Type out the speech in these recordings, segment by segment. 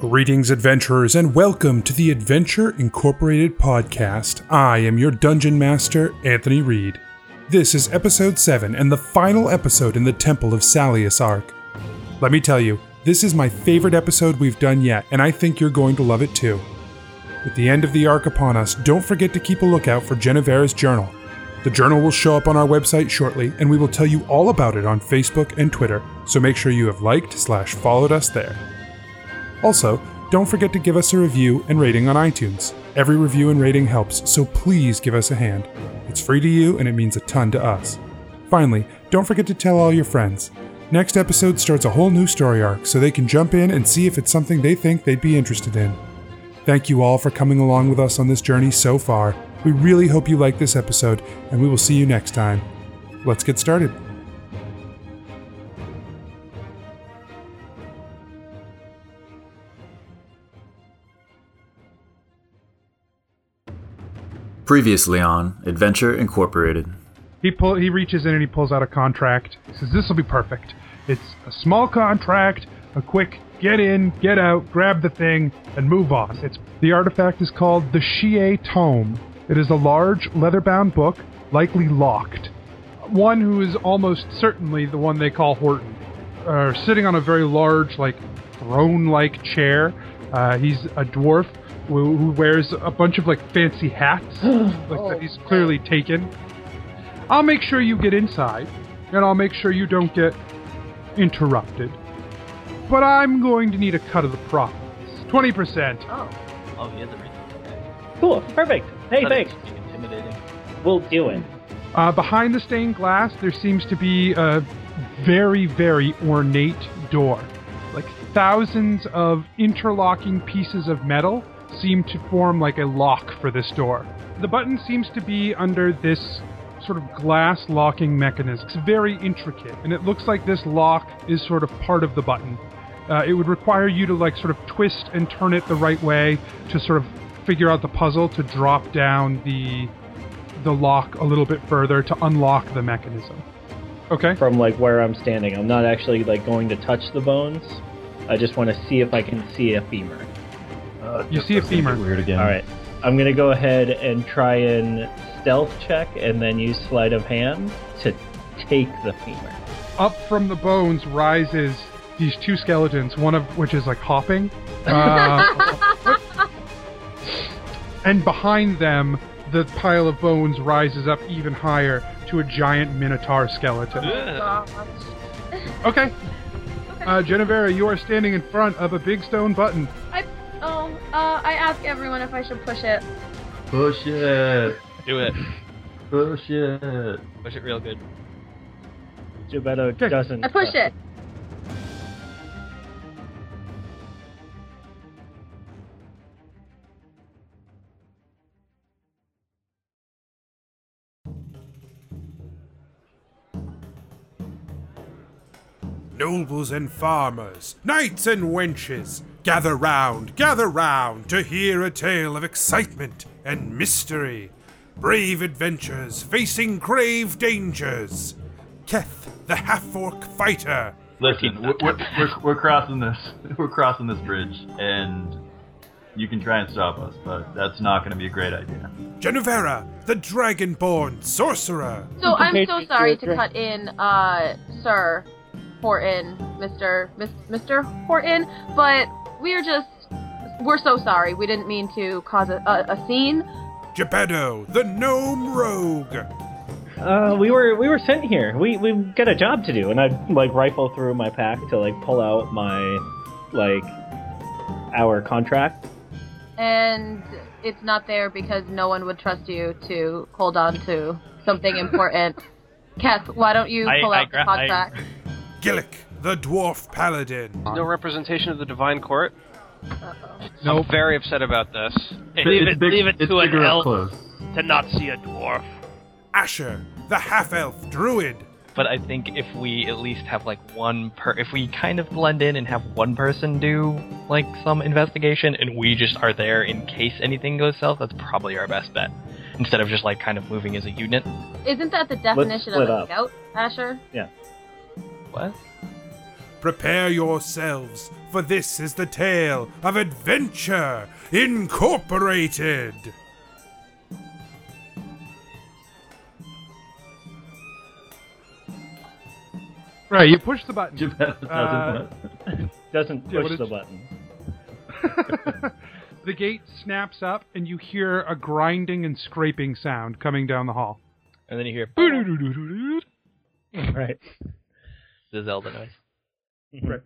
Greetings, adventurers, and welcome to the Adventure Incorporated podcast. I am your dungeon master, Anthony Reed. This is episode 7 and the final episode in the Temple of Salius Arc. Let me tell you, this is my favorite episode we've done yet, and I think you're going to love it too. With the end of the arc upon us, don't forget to keep a lookout for Genevera's journal. The journal will show up on our website shortly, and we will tell you all about it on Facebook and Twitter, so make sure you have liked slash followed us there. Also, don't forget to give us a review and rating on iTunes. Every review and rating helps, so please give us a hand. It's free to you and it means a ton to us. Finally, don't forget to tell all your friends. Next episode starts a whole new story arc, so they can jump in and see if it's something they think they'd be interested in. Thank you all for coming along with us on this journey so far. We really hope you like this episode, and we will see you next time. Let's get started. Previously on Adventure Incorporated. He pull, he reaches in and he pulls out a contract. He says, "This will be perfect. It's a small contract, a quick get in, get out, grab the thing, and move on." It's the artifact is called the Shie Tome. It is a large leather-bound book, likely locked. one who is almost certainly the one they call Horton, uh, sitting on a very large, like throne-like chair. Uh, he's a dwarf who, who wears a bunch of like fancy hats, like that he's clearly taken. I'll make sure you get inside, and I'll make sure you don't get interrupted. But I'm going to need a cut of the profits, twenty percent. Oh. Oh, you're the reason. Okay. Cool, perfect. Hey, That thanks. is Intimidating. We'll do it. Uh, behind the stained glass, there seems to be a very, very ornate door. Like thousands of interlocking pieces of metal seem to form like a lock for this door. The button seems to be under this sort of glass locking mechanism. It's very intricate, and it looks like this lock is sort of part of the button. Uh, it would require you to like sort of twist and turn it the right way to sort of figure out the puzzle to drop down the the lock a little bit further to unlock the mechanism. Okay. From like where I'm standing, I'm not actually like going to touch the bones. I just want to see if I can see a femur. Uh, You see a femur. Weird again. All right, I'm gonna go ahead and try and stealth check, and then use sleight of hand to take the femur. Up from the bones rises these two skeletons, one of which is like hopping. Uh, and behind them, the pile of bones rises up even higher to a giant minotaur skeleton. Okay. Okay. Uh, Genevera, you are standing in front of a big stone button. I, oh, uh, I ask everyone if I should push it. Push it. Do it. Push it. Push it real good. Gebetto Okay. doesn't. I push touch it. Nobles and farmers, knights and wenches, gather round, gather round to hear a tale of excitement and mystery, brave adventures facing grave dangers. Keth, the half orc fighter. Listen, we're, we're, we're, we're crossing this. We're crossing this bridge, and you can try and stop us, but that's not going to be a great idea. Genevera, the dragonborn sorcerer. So I'm made so me sorry do it to cut in, uh, Sir Horton, Mr. Mis- Mr. Horton, but we're just, we're so sorry. We didn't mean to cause a, a, a scene. Geppetto, the gnome rogue. Uh, we were we were sent here. We we got a job to do, and I like rifle through my pack to like pull out my like our contract. And it's not there because no one would trust you to hold on to something important. Kath, why don't you I- pull I out gra- the I- contract? Gillick, the dwarf paladin. No representation of the divine court. Nope. I'm very upset about this. Leave it, big- leave it it's to an bigger up elf close. to not see a dwarf. Asher, the half elf druid. But I think if we at least have like one per, if we kind of blend in and have one person do like some investigation, and we just are there in case anything goes south, that's probably our best bet. Instead of just like kind of moving as a unit. Isn't that the definition of split a up. scout, Asher? What? Prepare yourselves, for this is the tale of Adventure Incorporated! Right, you push the button. Geppetto doesn't Uh, want- Doesn't Yeah, what push is- the button. the gate snaps up, and you hear a grinding and scraping sound coming down the hall. And then you hear Hmm. Right. the Zelda noise.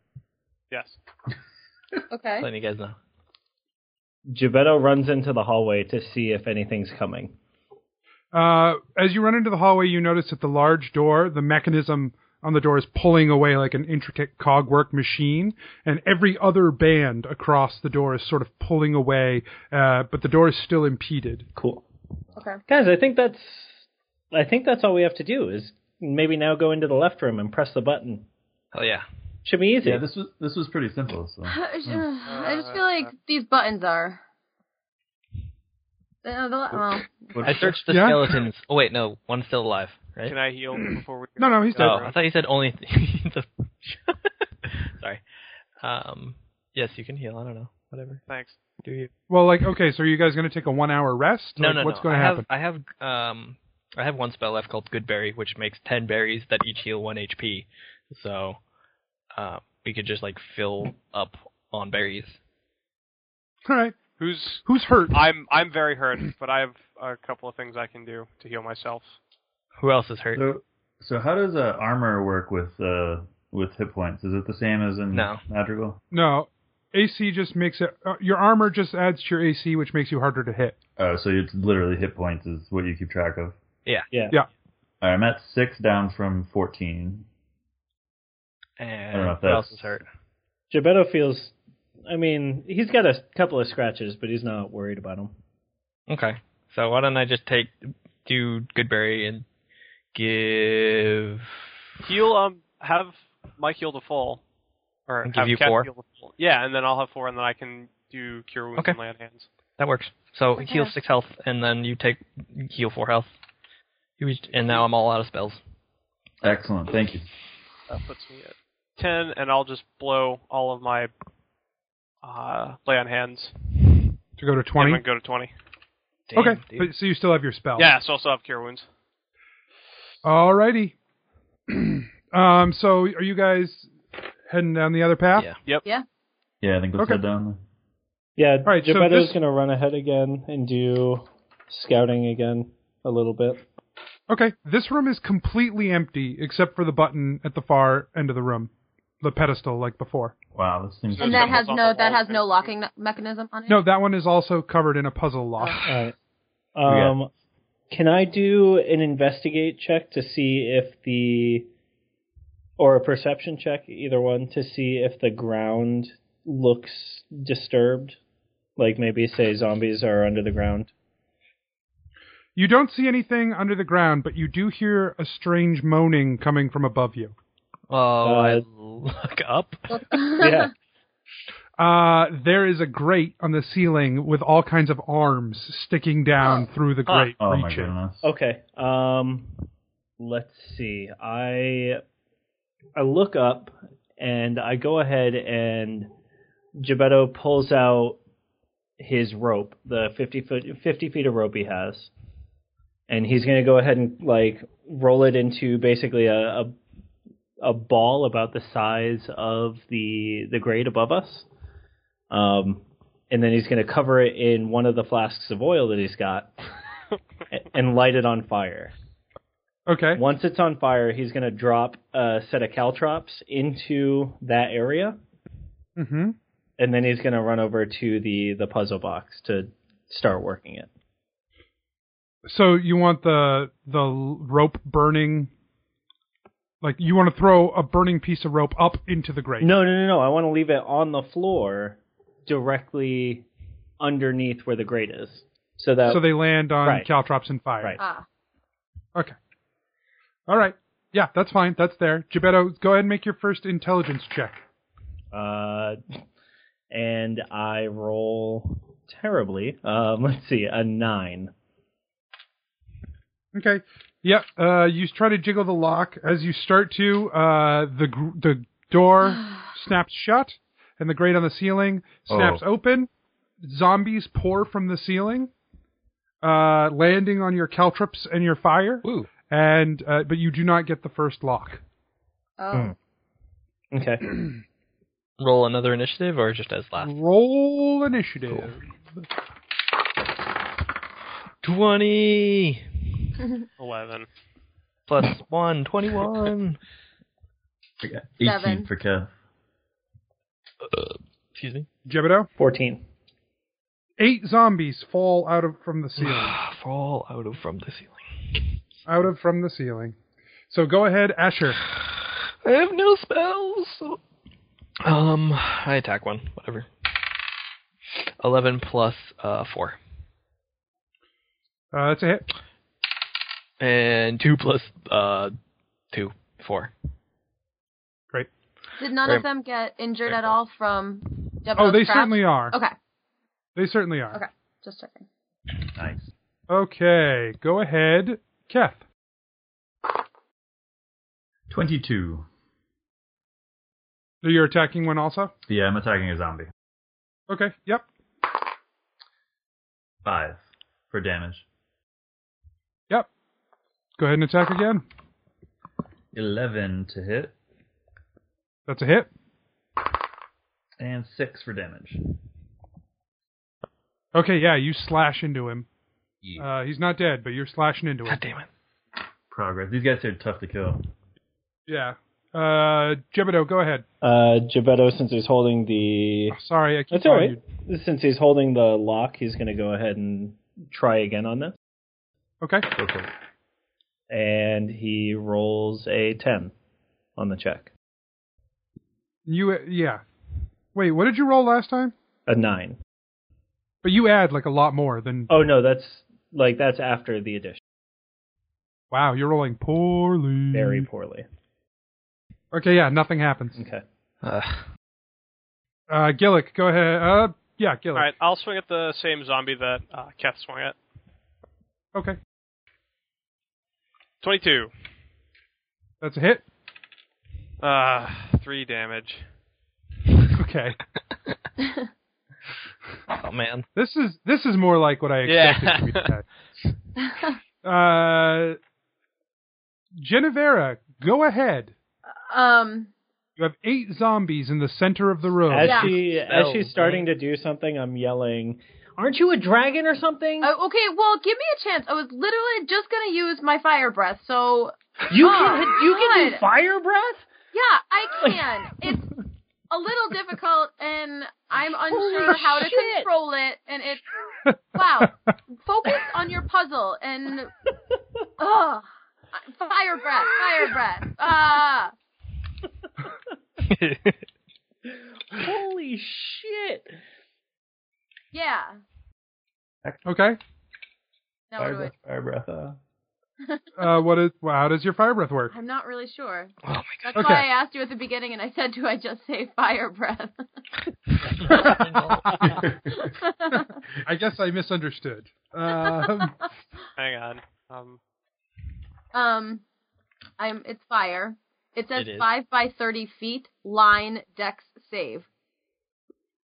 Yes. Okay. Letting you guys know. Gebetto runs into the hallway to see if anything's coming. Uh, as you run into the hallway, you notice that the large door, the mechanism on the door is pulling away like an intricate cogwork machine, and every other band across the door is sort of pulling away, uh, but the door is still impeded. Cool. Okay. Guys, I think that's I think that's all we have to do is maybe now go into the left room and press the button. Hell Oh, yeah. Should be easy. yeah, this was this was pretty simple. So I just feel like these buttons are. Uh, the, well, I searched the Yeah? skeletons. Oh wait, no, one's still alive, right? Can I heal before we? go? Uh, No, no, he's Oh, dead. I thought you said only. Th- the- Sorry. Um. Yes, you can heal. I don't know. Whatever. Thanks. Do you? Well, like, okay, so are you guys going to take a one-hour rest? No, Like, no, What's no. going I to have, happen? I have um. I have one spell left called Good Berry, which makes ten berries that each heal one HP. So, uh, we could just like fill up on berries. All right. Who's? Who's hurt? I'm I'm very hurt, but I have a couple of things I can do to heal myself. Who else is hurt? so, so how does uh, armor work with uh, with hit points? Is it the same as in No. Madrigal? No, AC just makes it. Uh, your armor just adds to your AC, which makes you harder to hit. Oh, so it's literally hit points is what you keep track of. yeah. Yeah. All right, I'm at six down from fourteen. And don't know if who else that's- is hurt? Gebetto feels I mean, he's got a couple of scratches, but he's not worried about them. Okay. So why don't I just take do Goodberry and give Heal. Um. Have Mike heal to full, or And give have you Kat four? Heal to full. Yeah, and then I'll have four, and then I can do cure wounds Okay. and land hands. that works. So heal Okay. six health and then you take heal four health. You reached- And now I'm all out of spells. Excellent, thank you. That puts me at ten, and I'll just blow all of my uh, lay on hands. To go to I'm 20? gonna go to twenty. Damn, okay, dude. but, so you still have your spell. Yeah, so I'll still have cure wounds. Alrighty. um, so are you guys heading down the other path? Yeah. Yeah, I think let's Okay. head down. Yeah, right, so Gebetto's this- going to run ahead again and do scouting again a little bit. Okay. This room is completely empty except for the button at the far end of the room, the pedestal like before. Wow, this seems. and that has no that has no locking me- mechanism on it. No, that one is also covered in a puzzle lock. All right. Um, Can I do an investigate check to see if the, or a perception check, either one, to see if the ground looks disturbed? Like maybe say zombies are under the ground. You don't see anything under the ground, but you do hear a strange moaning coming from above you. Oh, Uh, I look up. Yeah. Uh, there is a grate on the ceiling with all kinds of arms sticking down through the grate, Oh my reaching. goodness. Okay. Um, let's see. I I look up and I go ahead and Gebetto pulls out his rope, the fifty foot fifty feet of rope he has, and he's gonna go ahead and like roll it into basically a, a a ball about the size of the the grate above us. Um, and then he's gonna cover it in one of the flasks of oil that he's got and light it on fire. Okay. Once it's on fire, he's going to drop a set of caltrops into that area, Mm-hmm. and then he's going to run over to the the puzzle box to start working it. So you want the the rope burning, like you want to throw a burning piece of rope up into the grate. No, no, no, no. I want to leave it on the floor directly underneath where the grate is. So that So they land on Right. caltrops and fire. Right. Ah. Okay. All right. Yeah, that's fine. That's there. Gebetto, go ahead and make your first intelligence check. uh and I roll terribly. Um let's see, a 9. Okay. Yep. Uh, you try to jiggle the lock. As you start to, uh, the gr- the Door snaps shut, and the grate on the ceiling snaps Oh. open. Zombies pour from the ceiling, uh, landing on your caltrops and your fire. Ooh. And uh, but you do not get the first lock. Oh. Hmm. Okay. Roll another initiative or just as last? Roll initiative. 20! Eleven. Plus 1, 21! Okay, 18 Seven. for Kev. Excuse me. Jebido. 14. Eight zombies fall out of from the ceiling. Fall out of from the ceiling. out of from the ceiling. So go ahead, Asher. I have no spells. so- Um, I attack one. Whatever. Eleven plus uh four, Uh, that's a hit. and two plus uh two, four. Great. Did none Graham. of them get injured at all from Devil Oh, they certainly are. Okay. They certainly are. Okay. Just checking. Nice. Okay, go ahead, Keth. 22. You're attacking one also? Yeah, I'm attacking a zombie. Okay, yep. 5 for damage. Yep. Go ahead and attack again. 11 to hit. That's a hit. And 6 for damage. Okay, yeah, you slash into him. Uh, he's not dead, but you're slashing into him. God damn it! Progress. These guys are tough to kill. Yeah. Uh, Jebido, go ahead. Uh, Gebetto, since he's holding the. Sorry, I keep That's telling alright. Since he's holding the lock, he's going to go ahead and try again on this. you. Okay. Go for it. And he rolls a 10 on the check. You, uh, yeah. Wait, what did you roll last time? A 9. But you add like a lot more than. Oh, no, that's. Like, that's after the addition. Wow, you're rolling poorly. Mm-hmm. Very poorly. Okay, yeah, nothing happens. Okay. Uh, Uh, Gillick, go ahead. Uh, yeah, Gillick. All right, I'll swing at the same zombie that uh, Keth swung at. Okay, Twenty-two. that's a hit. Uh, three damage. Okay, oh man. this is this is more like what I expected Yeah. to be today. Uh, Genevera, go ahead. Um. You have eight zombies in the center of the Oh, room. As Yeah. she as she's starting to do something, I'm yelling, "Aren't you a dragon or something? uh, okay. Well, give me a chance. I was literally just gonna use my fire breath. So you oh, can you can do God. fire breath." yeah, I can. It's a little difficult, and I'm unsure Holy how to shit. control it. And it's wow. Focus on your puzzle and ugh. Fire breath. Fire breath. Ah. Holy shit! Yeah. Okay. Now what do I? fire breath. Uh, Uh, what is? Well, how does your fire breath work? I'm not really sure. Oh my That's Okay. why I asked you at the beginning, and I said, "Do I just say fire breath?" god. I guess I misunderstood. Um, Hang on. Um, um, I'm. It's fire. It says It is. five by thirty feet. Line, dex, save.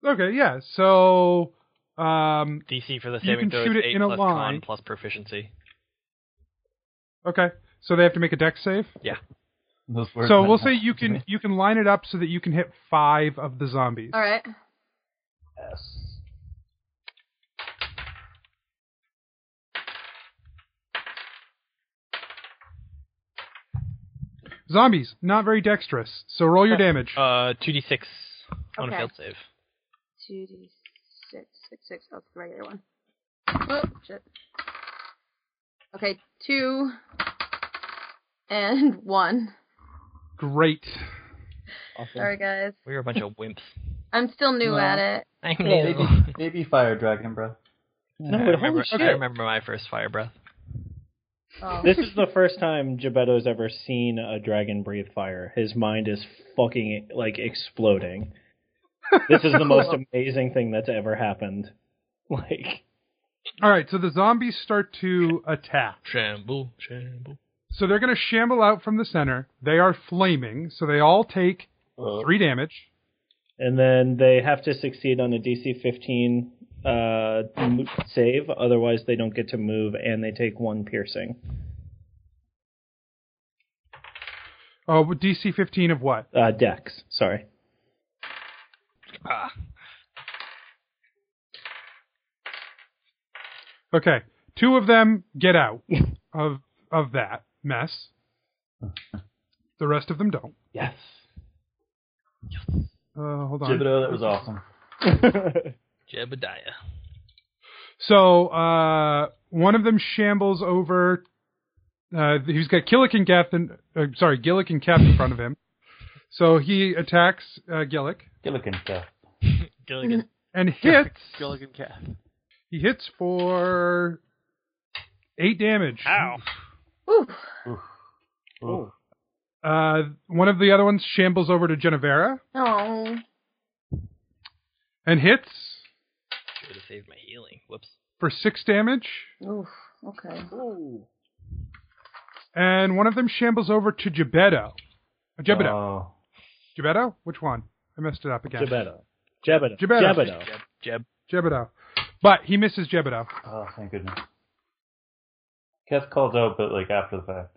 okay, yeah. So, um, DC for the You can saving throw shoot is it eight in a plus line. con plus proficiency. okay. So they have to make a deck save. those words so meant we'll say nothing you to can me. you can line it up so that you can hit five of the zombies. All right. Zombies, not very dexterous. So roll your damage. Uh, two d six on a Okay. failed save. Two d six six six. That's the regular one. Oh shit. Okay, two and one. Great. Sorry guys, We are a bunch of wimps. I'm still new at it. I Maybe, maybe fire dragon breath. No, I but remember, holy shit! I remember my first fire breath. Oh. This is the first time Gebetto's ever seen a dragon breathe fire. His mind is fucking like exploding. This is the most amazing thing that's ever happened. Like, All right, so the zombies start to attack. Shamble, shamble. So they're going to shamble out from the center. They are flaming, so they all take Uh, Three damage. and then they have to succeed on a DC 15 uh, mo- save, otherwise they don't get to move, and they take one piercing. Oh, with DC 15 of what? Uh, Dex, sorry. Ah, Okay, two of them get out of of that mess. The rest of them don't. Yes. Uh, hold on. Thibodeau, that was awesome. Jebediah. So uh, one of them shambles over. Uh, he's got Gillick and Geth, and uh, sorry, Gillick and Keth in front of him. So he attacks uh, Gillick Gilligan stuff. Gilligan. and hits. Gilligan Cat. He hits for eight damage. Ow. Ooh. Ooh. Uh, one of the other ones shambles over to Genevera Oh. and hits Should have saved my healing. Whoops. for six damage. Oof. Okay. and one of them shambles over to Gebetto. Uh, Jebedo. Oh. Jebedo? Which one? I messed it up again. Jebedo. Jebedo. Jebedo. Jebedo. Jeb. Jeb. Jebedo. But he misses Jebedo. Oh, thank goodness. Keth calls out, but like after the fact.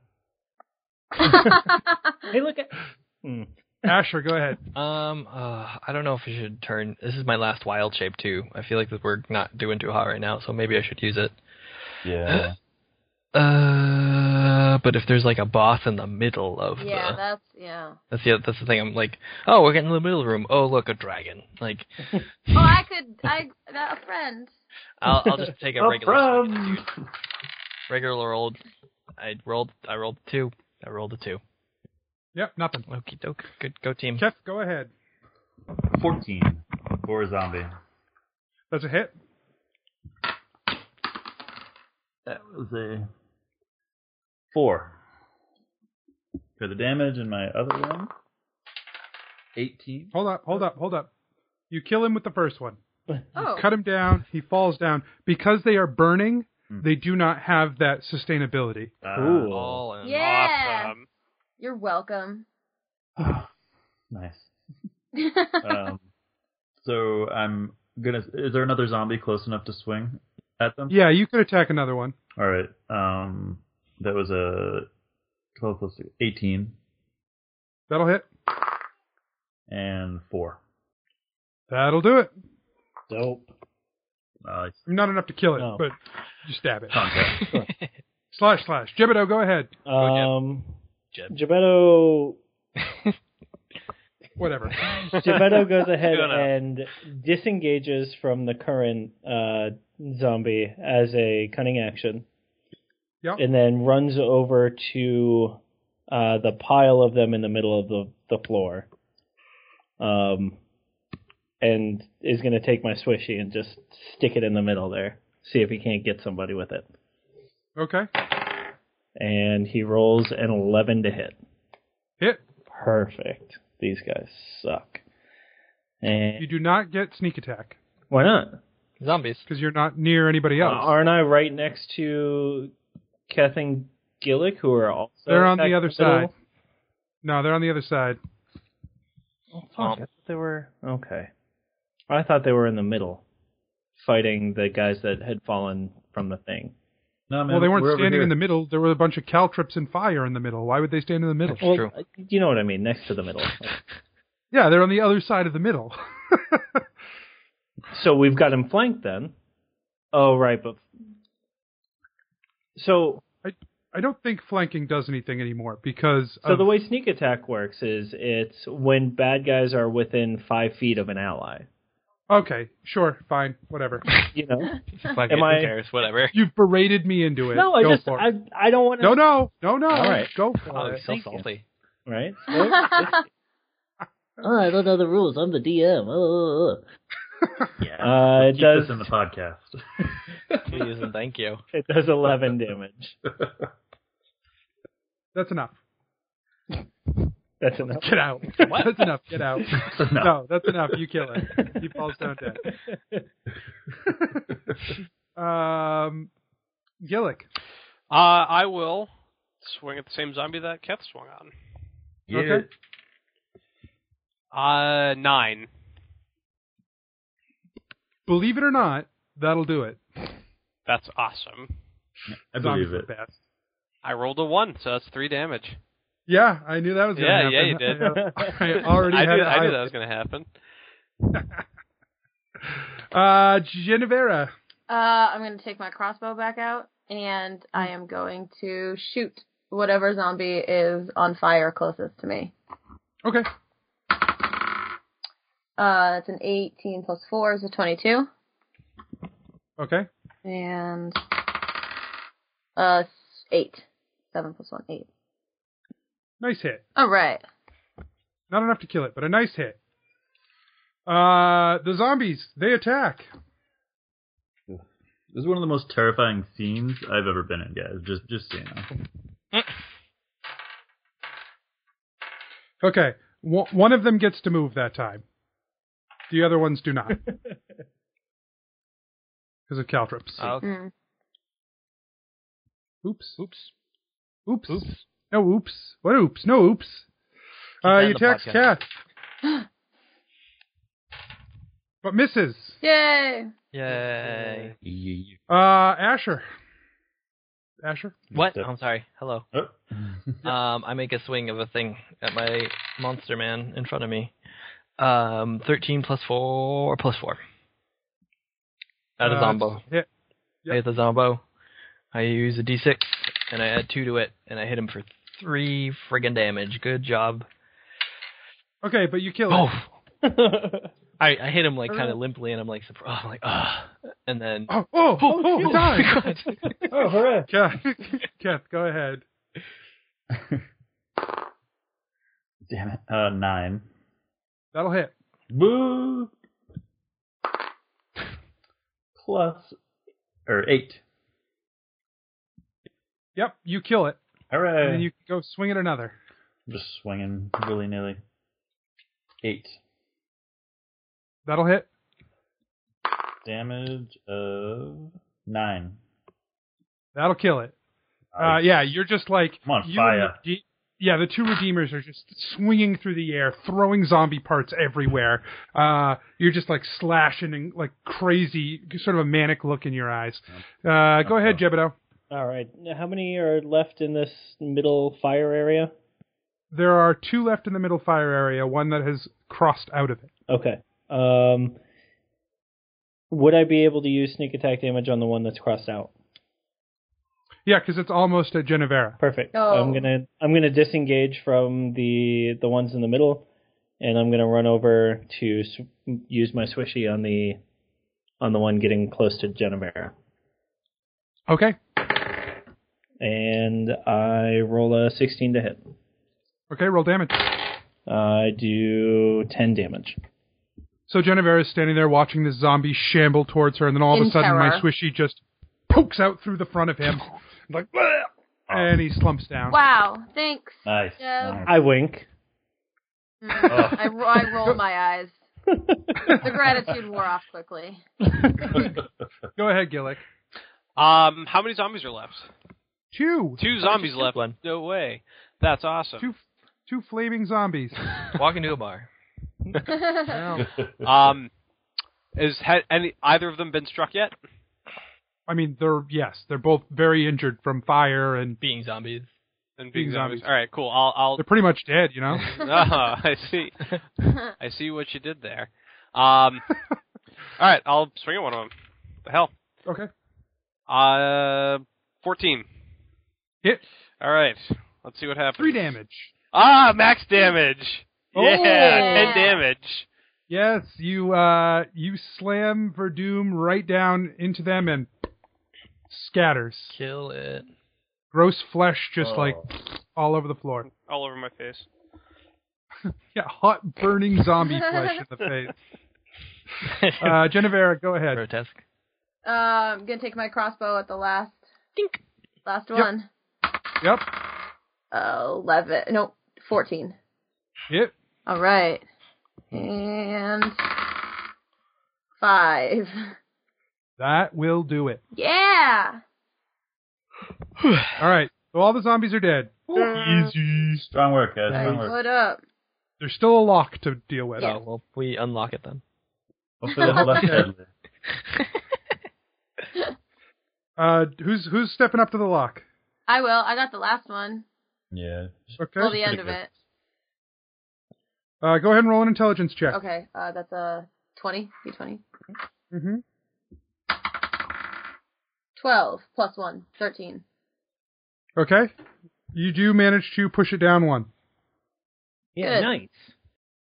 Hey, look at. Hmm. Asher, go ahead. Um, uh, I don't know if I should turn. This is my last wild shape too. I feel like that we're not doing too hot right now, so maybe I should use it. Yeah. Uh, but if there's like a boss in the middle of yeah, the, that's yeah. that's the that's the thing. I'm like, oh, we're getting in the middle of the room. Oh, look, a dragon. Like, Oh, I could. I got a friend. I'll I'll just take Oh, a A regular swing at friend. the dude. regular rolled. I rolled I rolled two. I rolled a two. Yep, nothing. Okie doke. Good go team. Kef, go ahead. 14 for a zombie. That's a hit. That was a four for the damage, and my other one, eighteen. Hold up, hold up, hold up. You kill him with the first one. Oh. Cut him down. He falls down. Because they are burning, they do not have that sustainability. Uh, Ooh. All in. Yeah. um, Awesome. You're welcome. nice. There's uh, oh, Um, so I'm gonna. Is there another zombie close enough to swing at them? Yeah, you could attack another one. All right. Um, that was a twelve plus two, eighteen That'll hit. and four. That'll do it. Dope. Uh, Nice. Not enough to kill it, No. but just stab it. Contact. slash, slash. Jebedo, go ahead. Um, Jeb. Jebedo. Whatever. Geppetto goes ahead No, no. and disengages from the current uh, zombie as a cunning action. Yep. And then runs over to uh, the pile of them in the middle of the, the floor. Um, and is going to take my swishy and just stick it in the middle there. See if he can't get somebody with it. Okay. And he rolls an 11 to hit. Hit. Perfect. These guys suck. And You do not get sneak attack Why not? Uh, Zombies. because you're not near anybody else. aren't I right next to Keth and Gillick, who are also? They're on the attacked other in middle? side. no, they're on the other side. Oh, fuck, I thought they were okay. I thought they were in the middle, fighting the guys that had fallen from the thing. No, man, well, they we're weren't over standing here. in the middle. There were a bunch of caltrips and fire in the middle. Why would they stand in the middle? True. Uh, You know what I mean? Next to the middle. Yeah, they're on the other side of the middle. so we've got him flanked then. Oh right, but so I don't think flanking does anything anymore because So of- the way sneak attack works is it's when bad guys are within five feet of an ally. okay, sure, fine, whatever. You know? Fuck it, Am who I- cares? Whatever. You've berated me into it. no, I Go just for I, it. I don't want to. No, no, no, no. All right. Go for Oh, it. he's so salty. Right? Oh, I don't know the rules. I'm the DM. Oh, oh, Yeah. Uh, it Keep does this in the podcast. Please and thank you. it does eleven damage. That's enough. That's enough. Get out. What? That's enough. Get out. no. No, that's enough. You kill it. He falls down dead. Um, Gillick. Uh, I will swing at the same zombie that Keth swung on. Yeah. Okay. Uh, nine. Believe it or not, that'll do it. That's awesome. I Zombies believe are it. the best. I rolled a one, so that's three damage. Yeah, I knew that was gonna Yeah, happen. yeah, you did. I, uh, I already I had knew, it. I knew that was going to happen. Uh, Genevera. Uh, I'm going to take my crossbow back out, and I am going to shoot whatever zombie is on fire closest to me. Okay. Uh, it's an 18 plus 4 is a 22. Okay. And, uh, 8. 7 plus 1, 8. Nice hit. Alright. Not enough to kill it, but a nice hit. Uh, the zombies. They attack. This is one of the most terrifying scenes I've ever been in, guys. Just, just so you know. Okay. One one of them gets to move that time. The other ones do not. Because of caltrops. Oh, okay. Mm. Oops. Oops. Oops. Oops. No oops. What oops? No oops. Uh, that in you the text podcast. Kath. but misses. Yay! Yay. Uh, Asher. Asher? What? Yep. I'm sorry. Hello. Oh. Um, I make a swing of a thing at my monster man in front of me. Um, thirteen plus four plus four. At a Uh, zombo. hit. yep. I hit the zombo. I use a d6 and I add two to it, and I hit him for three friggin' damage. Good job. Okay, but you kill it. Oh. Uh. I, I hit him like kind of limply, and I'm like, surprised. I'm like, ah, and then. Oh, oh, oh, oh, it died. God. Oh, hooray! Kath, Kath, go ahead. Damn it. Uh, nine. That'll hit. Boo. Plus, or eight. Yep, you kill it. Hooray! And then you can go swing at another. Just swinging willy nilly. Eight That'll hit. damage of nine. That'll kill it. Uh, Nice. yeah, you're just like I'm on you and fire. the de- yeah, the two redeemers are just swinging through the air, throwing zombie parts everywhere. Uh, you're just like slashing and like crazy, sort of a manic look in your eyes. Uh, go ahead, Jebido. All right. Now, how many are left in this middle fire area? There are two left in the middle fire area, one that has crossed out of it. Okay. Um, would I be able to use sneak attack damage on the one that's crossed out? Yeah, because it's almost at Genevera. Perfect. Oh. I'm gonna I'm gonna disengage from the the ones in the middle, and I'm gonna run over to sw- use my swishy on the on the one getting close to Genevera. Okay. And I roll a 16 to hit. Okay, roll damage. I do 10 damage. So Genevera is standing there watching this zombie shamble towards her, and then all of In a sudden, my terror. swishy just pokes out through the front of him, like, "Bleh!" and he slumps down. Wow, thanks. Uh, Nice. Yeah. I wink. Mm. I, ro- I roll my eyes. The gratitude wore off quickly. Go ahead, Gillick. Um, how many zombies are left? Two. Two zombies left. one? No way. That's awesome. Two, two flaming zombies. Walk into a bar. Well, Um, is had any either of them been struck yet? I mean, they're yes, they're both very injured from fire, and Being zombies. And Being being zombies. zombies. All right, cool. I'll. I'll they're pretty much dead. You know. Ah, I see. I see what you did there. Um, all right, I'll swing at one of them. The hell. okay. Uh, fourteen. Hit All right. Let's see what happens. three damage. Oh. Ah, max damage. yeah, Yeah. ten damage. Yes, you uh you slam Verdum right down into them and scatters. Kill it. Gross flesh just like Oh. all over the floor. All over my face. Yeah, hot burning zombie flesh in the face. Uh Genevera, go ahead. Grotesque. Uh, I'm gonna take my crossbow at the last. Last one. Yep. Uh, Eleven. No, fourteen. Hit. All right. And five. That will do it. Yeah. All right. So all the zombies are dead. Strong work, guys. Strong work. What up? There's still a lock to deal with. Yeah. Oh, well, we unlock it then. What's the left head? Uh, who's who's stepping up to the lock? I will. I got the last one. Yeah. Okay. Well, the end of it. Uh, go ahead and roll an intelligence check. Okay, uh, that's a 20, d20. Mm-hmm. 12 plus 1, 13. Okay. You do manage to push it down one. Yeah, Good. nice.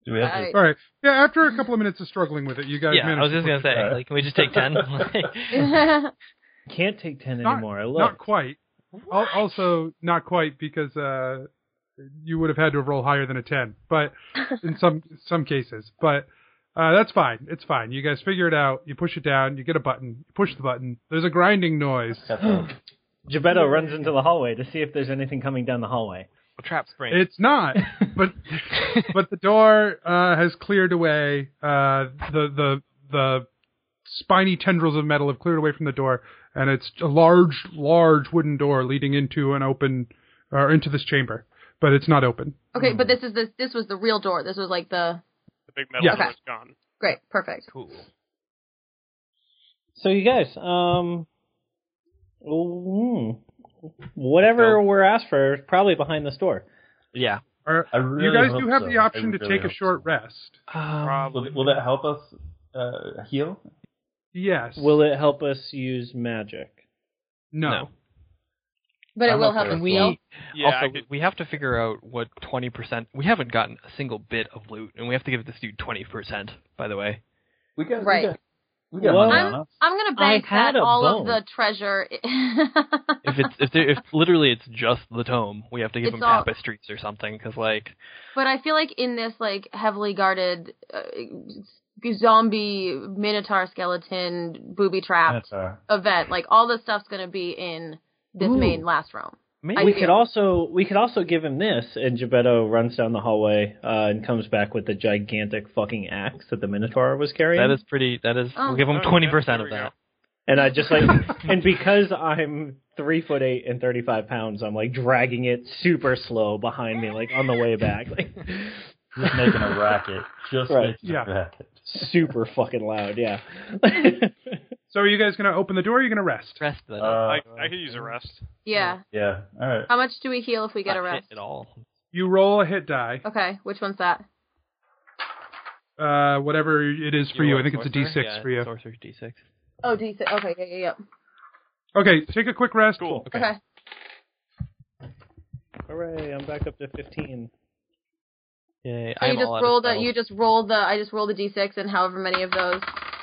Do we have to? I- All right. Yeah. After a couple of minutes of struggling with it, you guys yeah, manage. I was to just gonna push it say, back. like, can we just take ten? Can't take ten Not- anymore. I down. look. Not quite. Al- Also, not quite because uh, you would have had to have rolled higher than a ten, but in some some cases, but uh, that's fine. It's fine. You guys figure it out. You push it down. You get a button. You push the button. There's a grinding noise. Got the- Geppetto runs into the hallway to see if there's anything coming down the hallway. Trap spring. It's not, but but the door uh, has cleared away. Uh, the the the spiny tendrils of metal have cleared away from the door, and it's a large, large wooden door leading into an open or into this chamber, but it's not open. okay, but this is this this was the real door. This was like the the big metal Yeah. door's gone. great, perfect. Cool. So you guys, um, mm, whatever So- we're asked for, is probably behind this door. yeah. Or, I really you guys hope do have so. the I option to really take a hope short so. rest. Um, Probably. Will, will that help us uh, heal? Yes. Will it help us use magic? no. no. But it I'm will okay help us with heal. yeah, I also, could, we have to figure out what twenty percent. We haven't gotten a single bit of loot, and we have to give this dude twenty percent. By the way, We got Right. We got, we got Well- money I'm on us. I'm gonna I bank had that a all bone. of the treasure. if it's if there, if literally it's just the tome, we have to give It's him all- tapestries or something because like but I feel like in this like heavily guarded uh, zombie minotaur skeleton booby trap That's all right. event, like all the stuff's gonna be in this Ooh. main last room. maybe I we feel- could also we could also give him this, and Geppetto runs down the hallway uh, and comes back with the gigantic fucking axe that the Minotaur was carrying. that is pretty. That is, Oh. we'll give him Oh, yeah, twenty percent there of we that. and I just like, and because I'm three foot eight and thirty five pounds, I'm like dragging it super slow behind me, like on the way back, like Just making a racket. Just Right. making Yeah. a racket. super fucking loud. Yeah. So are you guys going to open the door? Or are you going to rest? Rest of it. Uh, I, I could use a rest. Yeah. yeah. All right. How much do we heal if we get a Not hit rest? at all. You roll a hit die, Okay, which one's that? uh, whatever it is for you. I think it's a Sorcerer? D6 Yeah, for you. Sorcerer D6. Oh, D6. Okay, yeah, yeah, Okay, take a quick rest. Cool. yeah. Okay. Hooray! I'm back up to fifteen. Yay, So I'm you just all out of rolled a, spells. you just rolled the I just rolled a d6 and however many of those.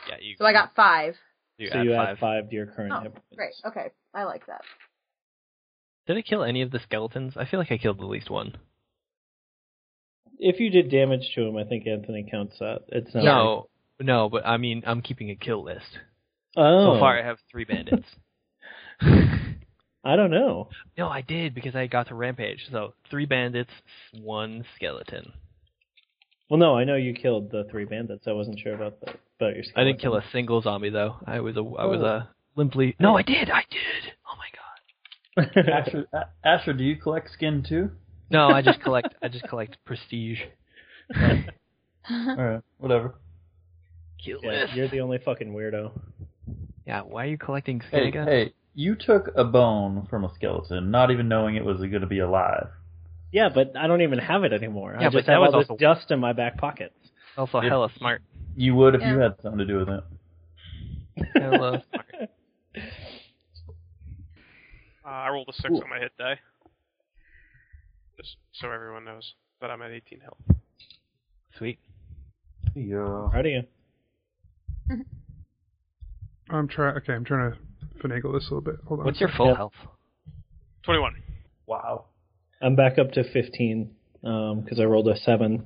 Yeah, you, So I got five. you so add you five. add five to your current. Oh, hit points. Great. Okay, I like that. Did I kill any of the skeletons? I feel like I killed at least one. If you did damage to him, I think Anthony counts that. It's not No, no, but I mean, I'm keeping a kill list. Oh, So far, I have three bandits. I don't know. no, I did because I got to rampage. So three bandits, one skeleton. Well, no, I know you killed the three bandits. I wasn't sure about that. About your I didn't kill skeleton. a single zombie though. I was a I was Oh. a limply. No, I did. I did. Oh my god. Asher, A- Asher, do you collect skin too? No, I just collect. I just collect prestige. All right. Whatever. Kill Yeah, list. you're the only fucking weirdo. Yeah. Why are you collecting skin Hey, again? hey. You took a bone from a skeleton, not even knowing it was going to be alive. Yeah, but I don't even have it anymore. Yeah, I but just that have all was this also- dust in my back pocket. Also, If- hella smart. You would if you Yeah. had something to do with it. Hella smart. Uh, I rolled a six on my hit die. Just so everyone knows that I'm at 18 health. Sweet. Yeah. How do you? I'm trying. Okay, I'm trying to finagle this a little bit. Hold on. What's your full Yep. health? 21. Wow. I'm back up to 15 because I rolled a seven,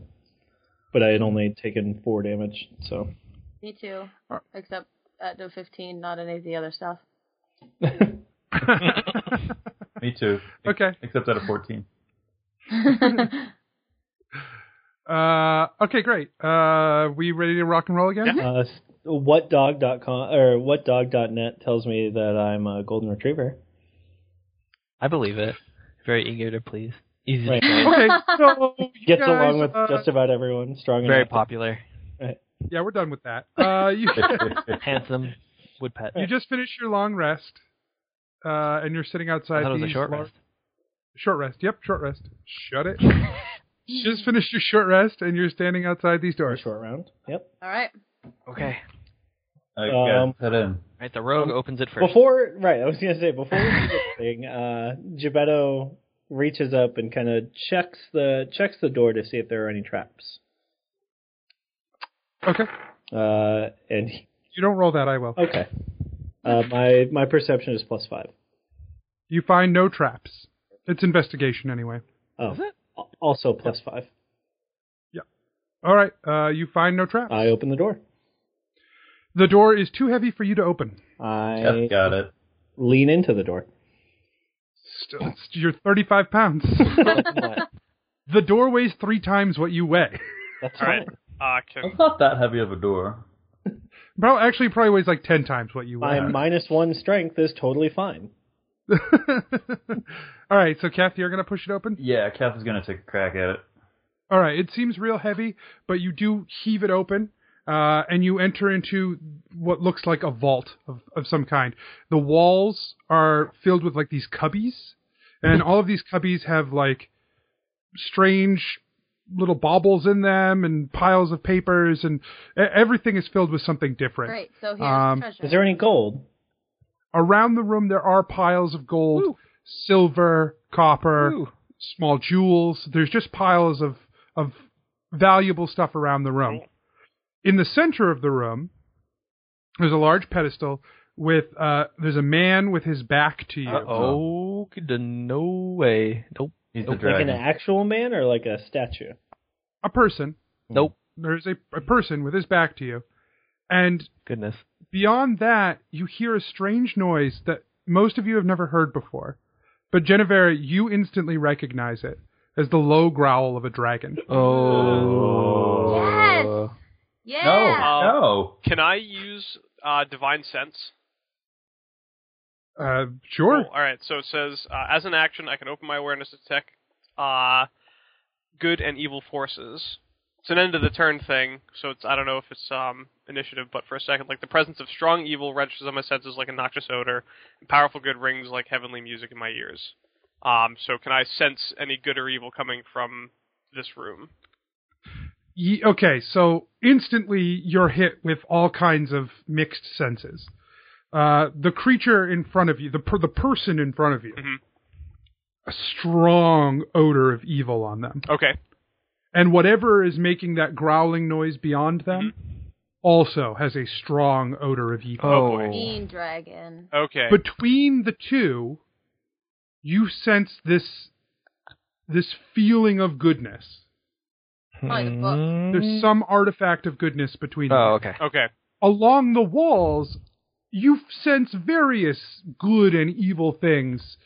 but I had only taken four damage. So Me too. Uh, Except at the 15, not any of the other stuff. Me too. Okay. Except at a 14. Uh, okay, great. Uh, we ready to rock and roll again? uh, s- whatdog.com or whatdog.net tells me that I'm a golden retriever. I believe it. Very eager to please. Easy Right. to get. Okay, so you Gets guys, along with uh, just about everyone. Strong Very enough. popular. yeah, we're done with that. Uh, you Handsome. Wood pet. you just finished your long rest, uh, and you're sitting I outside. thought it was a these short lar- rest. Short rest. Yep, short rest. Shut it. You just finished your short rest, and you're standing outside these doors. Short round. Yep. All right. Okay. I Um, guess head in. Right, the rogue Um, opens it first. Before, right, I was gonna say before we do this thing, uh, Gebetto reaches up and kind of checks the checks the door to see if there are any traps. Okay. Uh, and he, You don't roll that. I will. okay, uh, my my perception is plus five. You find no traps. It's investigation anyway. Oh, al- also plus five. All right. Uh, you find no traps. I open the door. the door is too heavy for you to open. I Jeff got it. lean into the door. Still, it's- you're 35 pounds. the door weighs three times what you weigh. That's All right. fine. Uh, It's can not that heavy of a door. Probably, actually, it probably weighs like 10 times what you My weigh. minus one strength is totally fine. All right. So, Kathy, you're going to push it open? Yeah, Kathy's gonna take a crack at it. All right, it seems real heavy, but you do heave it open, uh, and you enter into what looks like a vault of, of some kind. The walls are filled with like these cubbies, and all of these cubbies have like strange little baubles in them and piles of papers, and e- everything is filled with something different. Great. So here's Um, the treasure. Is there any gold? Around the room, there are piles of gold, silver, copper, small jewels. There's just piles of of valuable stuff around the room. In the center of the room, there's a large pedestal with uh, there's a man with his back to you. oh, no way. Nope. He's the Nope. Like an dragon. actual man or like a statue? A person. Hmm. Nope. There's a, a person with his back to you, and Goodness. beyond that, you hear a strange noise that most of you have never heard before. But Genevera, you instantly recognize it as the low growl of a dragon. Oh. Yes. Yeah. No, Yeah. no. can I use uh, divine sense? Oh. Uh, sure. Cool. All right. So it says, uh, as an action, I can open my awareness to detect uh, good and evil forces. It's an end of the turn thing, so it's I don't know if it's um, initiative, but for a second, like the presence of strong evil registers on my senses like a noxious odor, and powerful good rings like heavenly music in my ears. Um, so can I sense any good or evil coming from this room? Ye- okay, so instantly you're hit with all kinds of mixed senses. Uh, the creature in front of you, the per- the person in front of you, Mhm. a strong odor of evil on them, Okay. and whatever is making that growling noise beyond them also has a strong odor of evil. Mm-hmm. Oh, boy. Mean dragon. Okay. Between the two, you sense this this feeling of goodness. Probably the book. There's some artifact of goodness between them. Oh, okay. okay. along the walls, you sense various good and evil things.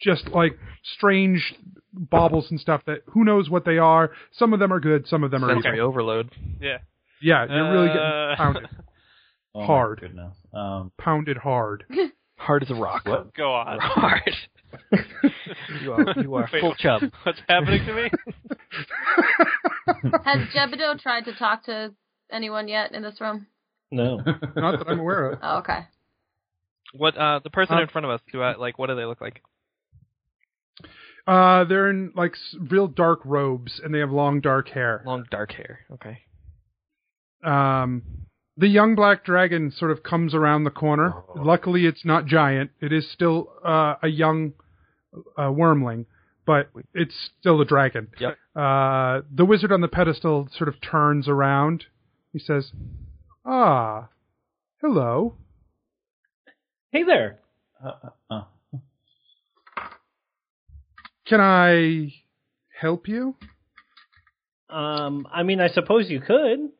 Just like strange baubles and stuff that who knows what they are. Some of them are good, some of them are evil. Sensory overload. Yeah. Yeah, you're really Uh, getting pounded, Oh my Hard. goodness. Um, pounded hard. Hard as a rock. what? Go on. Hard. you are you are Wait, full chub. What's happening to me? Has Jebedo tried to talk to anyone yet in this room? No. Not that I'm aware of. Oh, okay. What uh the person Um, in front of us? Do I like? What do they look like? Uh, they're in like s- real dark robes and they have long dark hair. Long dark hair. Okay. um, the young black dragon sort of comes around the corner. Luckily, it's not giant. It is still uh, a young uh, wormling, but it's still a dragon. Yep. Uh, the wizard on the pedestal sort of turns around. He says, "Ah, hello." hey there. Can I help you? Um, I mean, I suppose you could.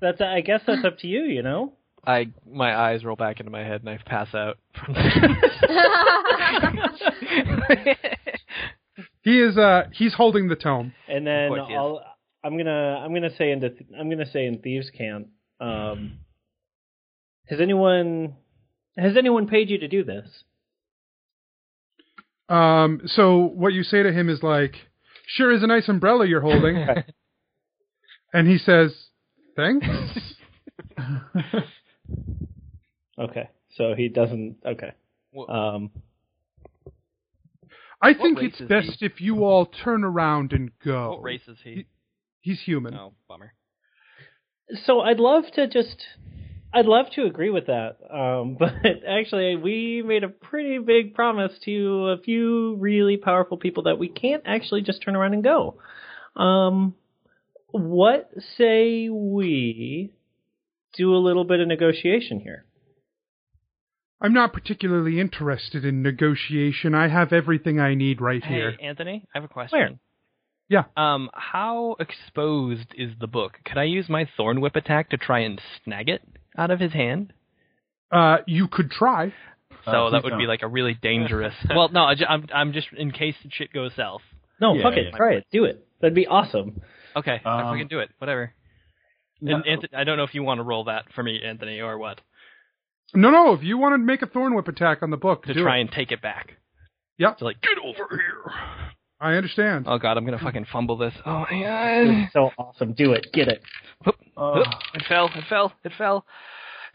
that's I guess that's up to you, you know. I my eyes roll back into my head and I pass out. He is. Uh, he's holding the tome. And then What, yes. I'll, I'm gonna I'm gonna say into I'm gonna say in thieves camp. Um, has anyone has anyone paid you to do this? Um, so what you say to him is like, "Sure is a nice umbrella you're holding," and he says, "Thanks." Okay, so he doesn't. Okay. Well- Um. I think race it's is best if you all turn around and Oh. go. What race is he? He's human. Oh, bummer. So I'd love to just. I'd love to agree with that, um, but actually, we made a pretty big promise to a few really powerful people that we can't actually just turn around and go. Um, what say we do a little bit of negotiation here? I'm not particularly interested in negotiation. I have everything I need right here. Hey, Anthony, I have a question. Yeah. Um, how exposed is the book? Could I use my thorn whip attack to try and snag it out of his hand? Uh, you could try. So Uh, that please would be don't. like a really dangerous. well, no, I ju- I'm I'm just in case shit goes south. No, Yeah, fuck it, yeah. try it, do it. That'd be awesome. Okay, I Um, fucking do it. Whatever. No. And Anthony, I don't know if you want to roll that for me, Anthony, or what, No, no. If you want to make a thorn whip attack on the book, to do try it. and take it back. Yep. To like get over here. I understand. Oh god, I'm gonna fucking fumble this. Oh yeah. So awesome, do it, get it. Oop, it fell. It fell. It fell.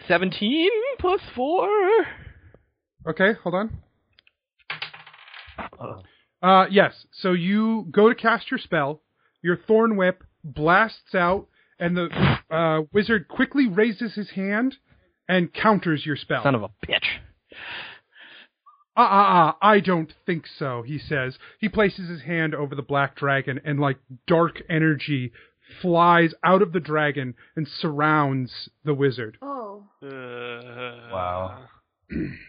Seventeen plus four. Okay, hold on. Uh, yes. So you go to cast your spell. Your thorn whip blasts out, and the uh, wizard quickly raises his hand and counters your spell. Son of a bitch. Ah, ah, ah, I don't think so, he says. He places his hand over the black dragon, and like dark energy flies out of the dragon and surrounds the wizard. Oh. Uh, Wow.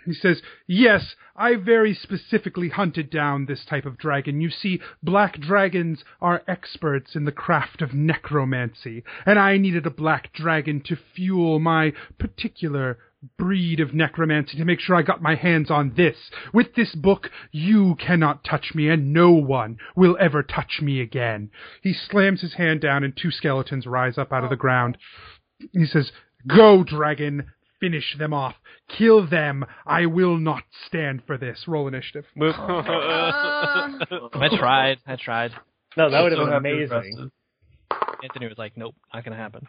He says, Yes, I very specifically hunted down this type of dragon. You see, black dragons are experts in the craft of necromancy, and I needed a black dragon to fuel my particular breed of necromancy to make sure I got my hands on this. With this book, you cannot touch me, and no one will ever touch me again. He slams his hand down, and two skeletons rise up out of the ground. He says, Go, dragon, finish them off. Kill them. I will not stand for this. Roll initiative. Move. Uh, I tried. I tried. No, that would have So been happy with amazing. Preston. Anthony was like, "Nope, not gonna happen."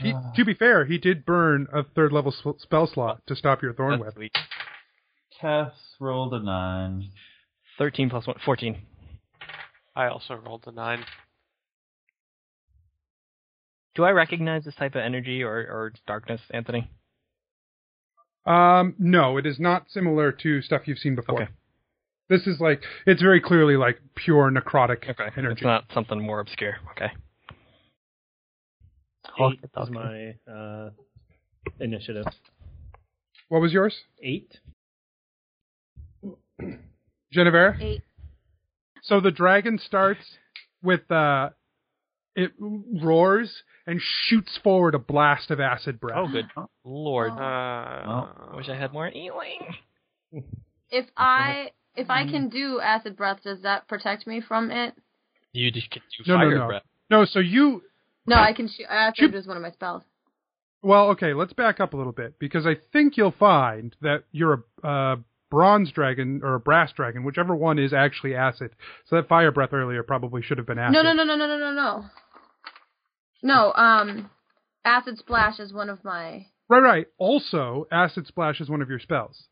He, Ah. to be fair, he did burn a third level sp- spell slot to stop your thorn That's whip. sweet. Tess rolled a nine. Thirteen plus one, fourteen. I also rolled a nine. Do I recognize this type of energy or, or darkness, Anthony? Um, no, it is not similar to stuff you've seen before. Okay. This is like it's very clearly like pure necrotic Okay, it's energy. not something more obscure. Okay. Eight Okay. is my uh, initiative. What was yours, Eight. Genevera? eight. So the dragon starts with uh, it roars and shoots forward a blast of acid breath. Oh, good Oh. lord! Uh, I wish I had more Ewing. If I if I can do acid breath, does that protect me from it? You just get you No, no, fire no. breath. No, so you No, I can shoot. Acid Shoot. breath is one of my spells. Well, okay, let's back up a little bit because I think you'll find that you're a uh, bronze dragon or a brass dragon, whichever one is actually acid. So that fire breath earlier probably should have been Ah, acid. No, no, no, no, no, no, no, no. No, um, acid splash is one of my. Right, right. Also, acid splash is one of your spells.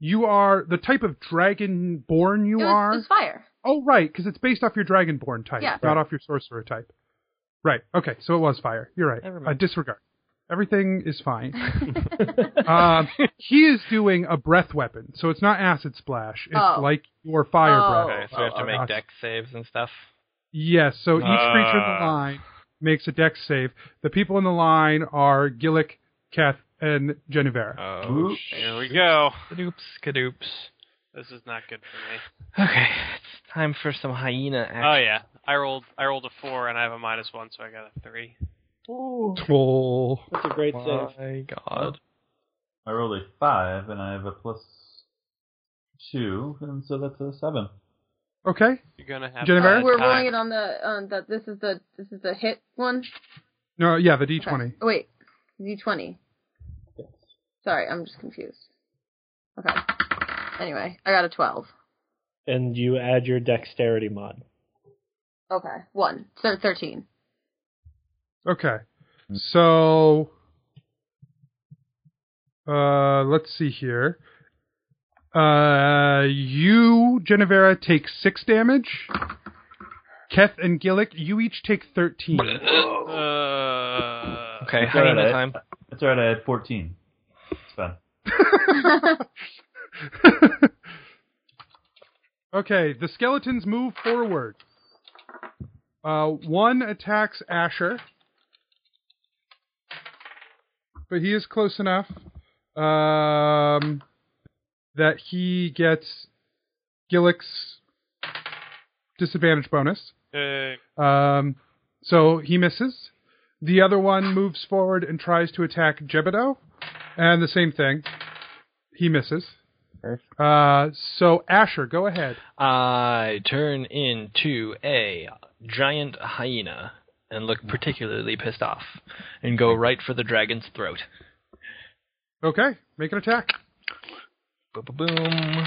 You are the type of dragonborn you it was, are. It was fire. Oh, right, because it's based off your dragonborn type, Yeah. not off your sorcerer type. Right. Okay, so it was fire. You're right. Never Uh, mind. disregard. Everything is fine. um, he is doing a breath weapon, so it's not acid splash. It's Oh. like your fire Oh. breath. Okay, so we have to Gotcha. make deck saves and stuff. Yes. So each creature in the Ah. line makes a dex save. The people in the line are Gillick, Keth, and Genevera. Oh, Oops. Here we go. kadoops, kadoops. This is not good for me. Okay, it's time for some hyena action. Oh yeah, I rolled. I rolled a four, and I have a minus one, so I got a three. Troll. That's a great save. My God. I rolled a five, and I have a plus two, and so that's a seven. Okay. You're gonna have. Jennifer? to We're attack. rolling it on the on the. This is the this is the hit one. No. Yeah. The D Okay. twenty. Oh, wait, D twenty. Sorry, I'm just confused. Okay. Anyway, I got a 12. and you add your dexterity mod. Okay. 1. So 13. Okay. So uh let's see here. Uh you, Genevera, take six damage. Keth and Gillick, you each take thirteen. Uh, Okay, It's hang on alright. a time. That's alright, I had 14. It's fine. okay, the skeletons move forward. Uh, one attacks Asher, but he is close enough um, that he gets Gillick's disadvantage bonus. uh, Um, so he misses. The other one moves forward and tries to attack Jebedo, and the same thing. He misses. Uh, so Asher, go ahead. I turn into a giant hyena and look particularly pissed off and go right for the dragon's throat. Okay, make an attack. Boom, boom, boom.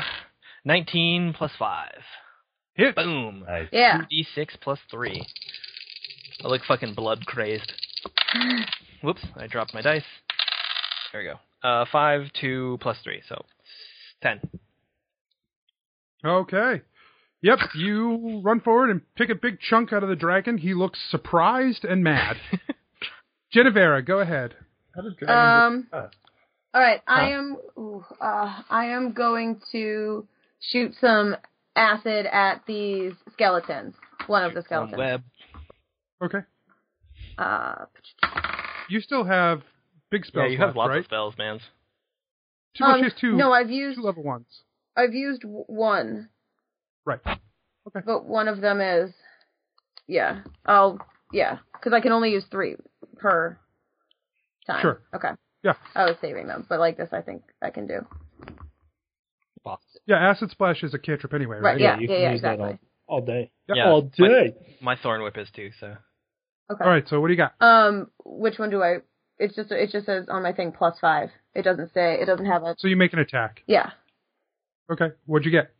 19 plus 5. Hit. Boom. Nice. Yeah. 2d6 plus 3. I look fucking blood crazed. Whoops, I dropped my dice. There we go. Uh, 5, 2, plus 3, so 10. Okay. Yep, you run forward and pick a big chunk out of the dragon. He looks surprised and mad. Genevera, go ahead. How does dragons Um. All right, I am. Ooh, uh, I am going to shoot some acid at these skeletons. One of the skeletons. Web. Okay. Uh, You still have big Yeah, spells you have left, lots right? of spells, man. Two, well, she um, has two, No, I've used. two level ones. I've used w- one, Right. but one of them is. Yeah. I'll. Yeah, because I can only use three per time. Sure. Okay. Yeah. I was saving them, but like this, I think I can do. Yeah, acid splash is a cantrip anyway, right? Right. Yeah. you Yeah. can Yeah. use that exactly. All day. Yeah, All my- day. My thorn whip is too, so. Okay. All right. So what do you got? Um, which one do I? It's just it just says on my thing plus five. It doesn't say it doesn't have a So you make an attack. yeah. Okay. What'd you get?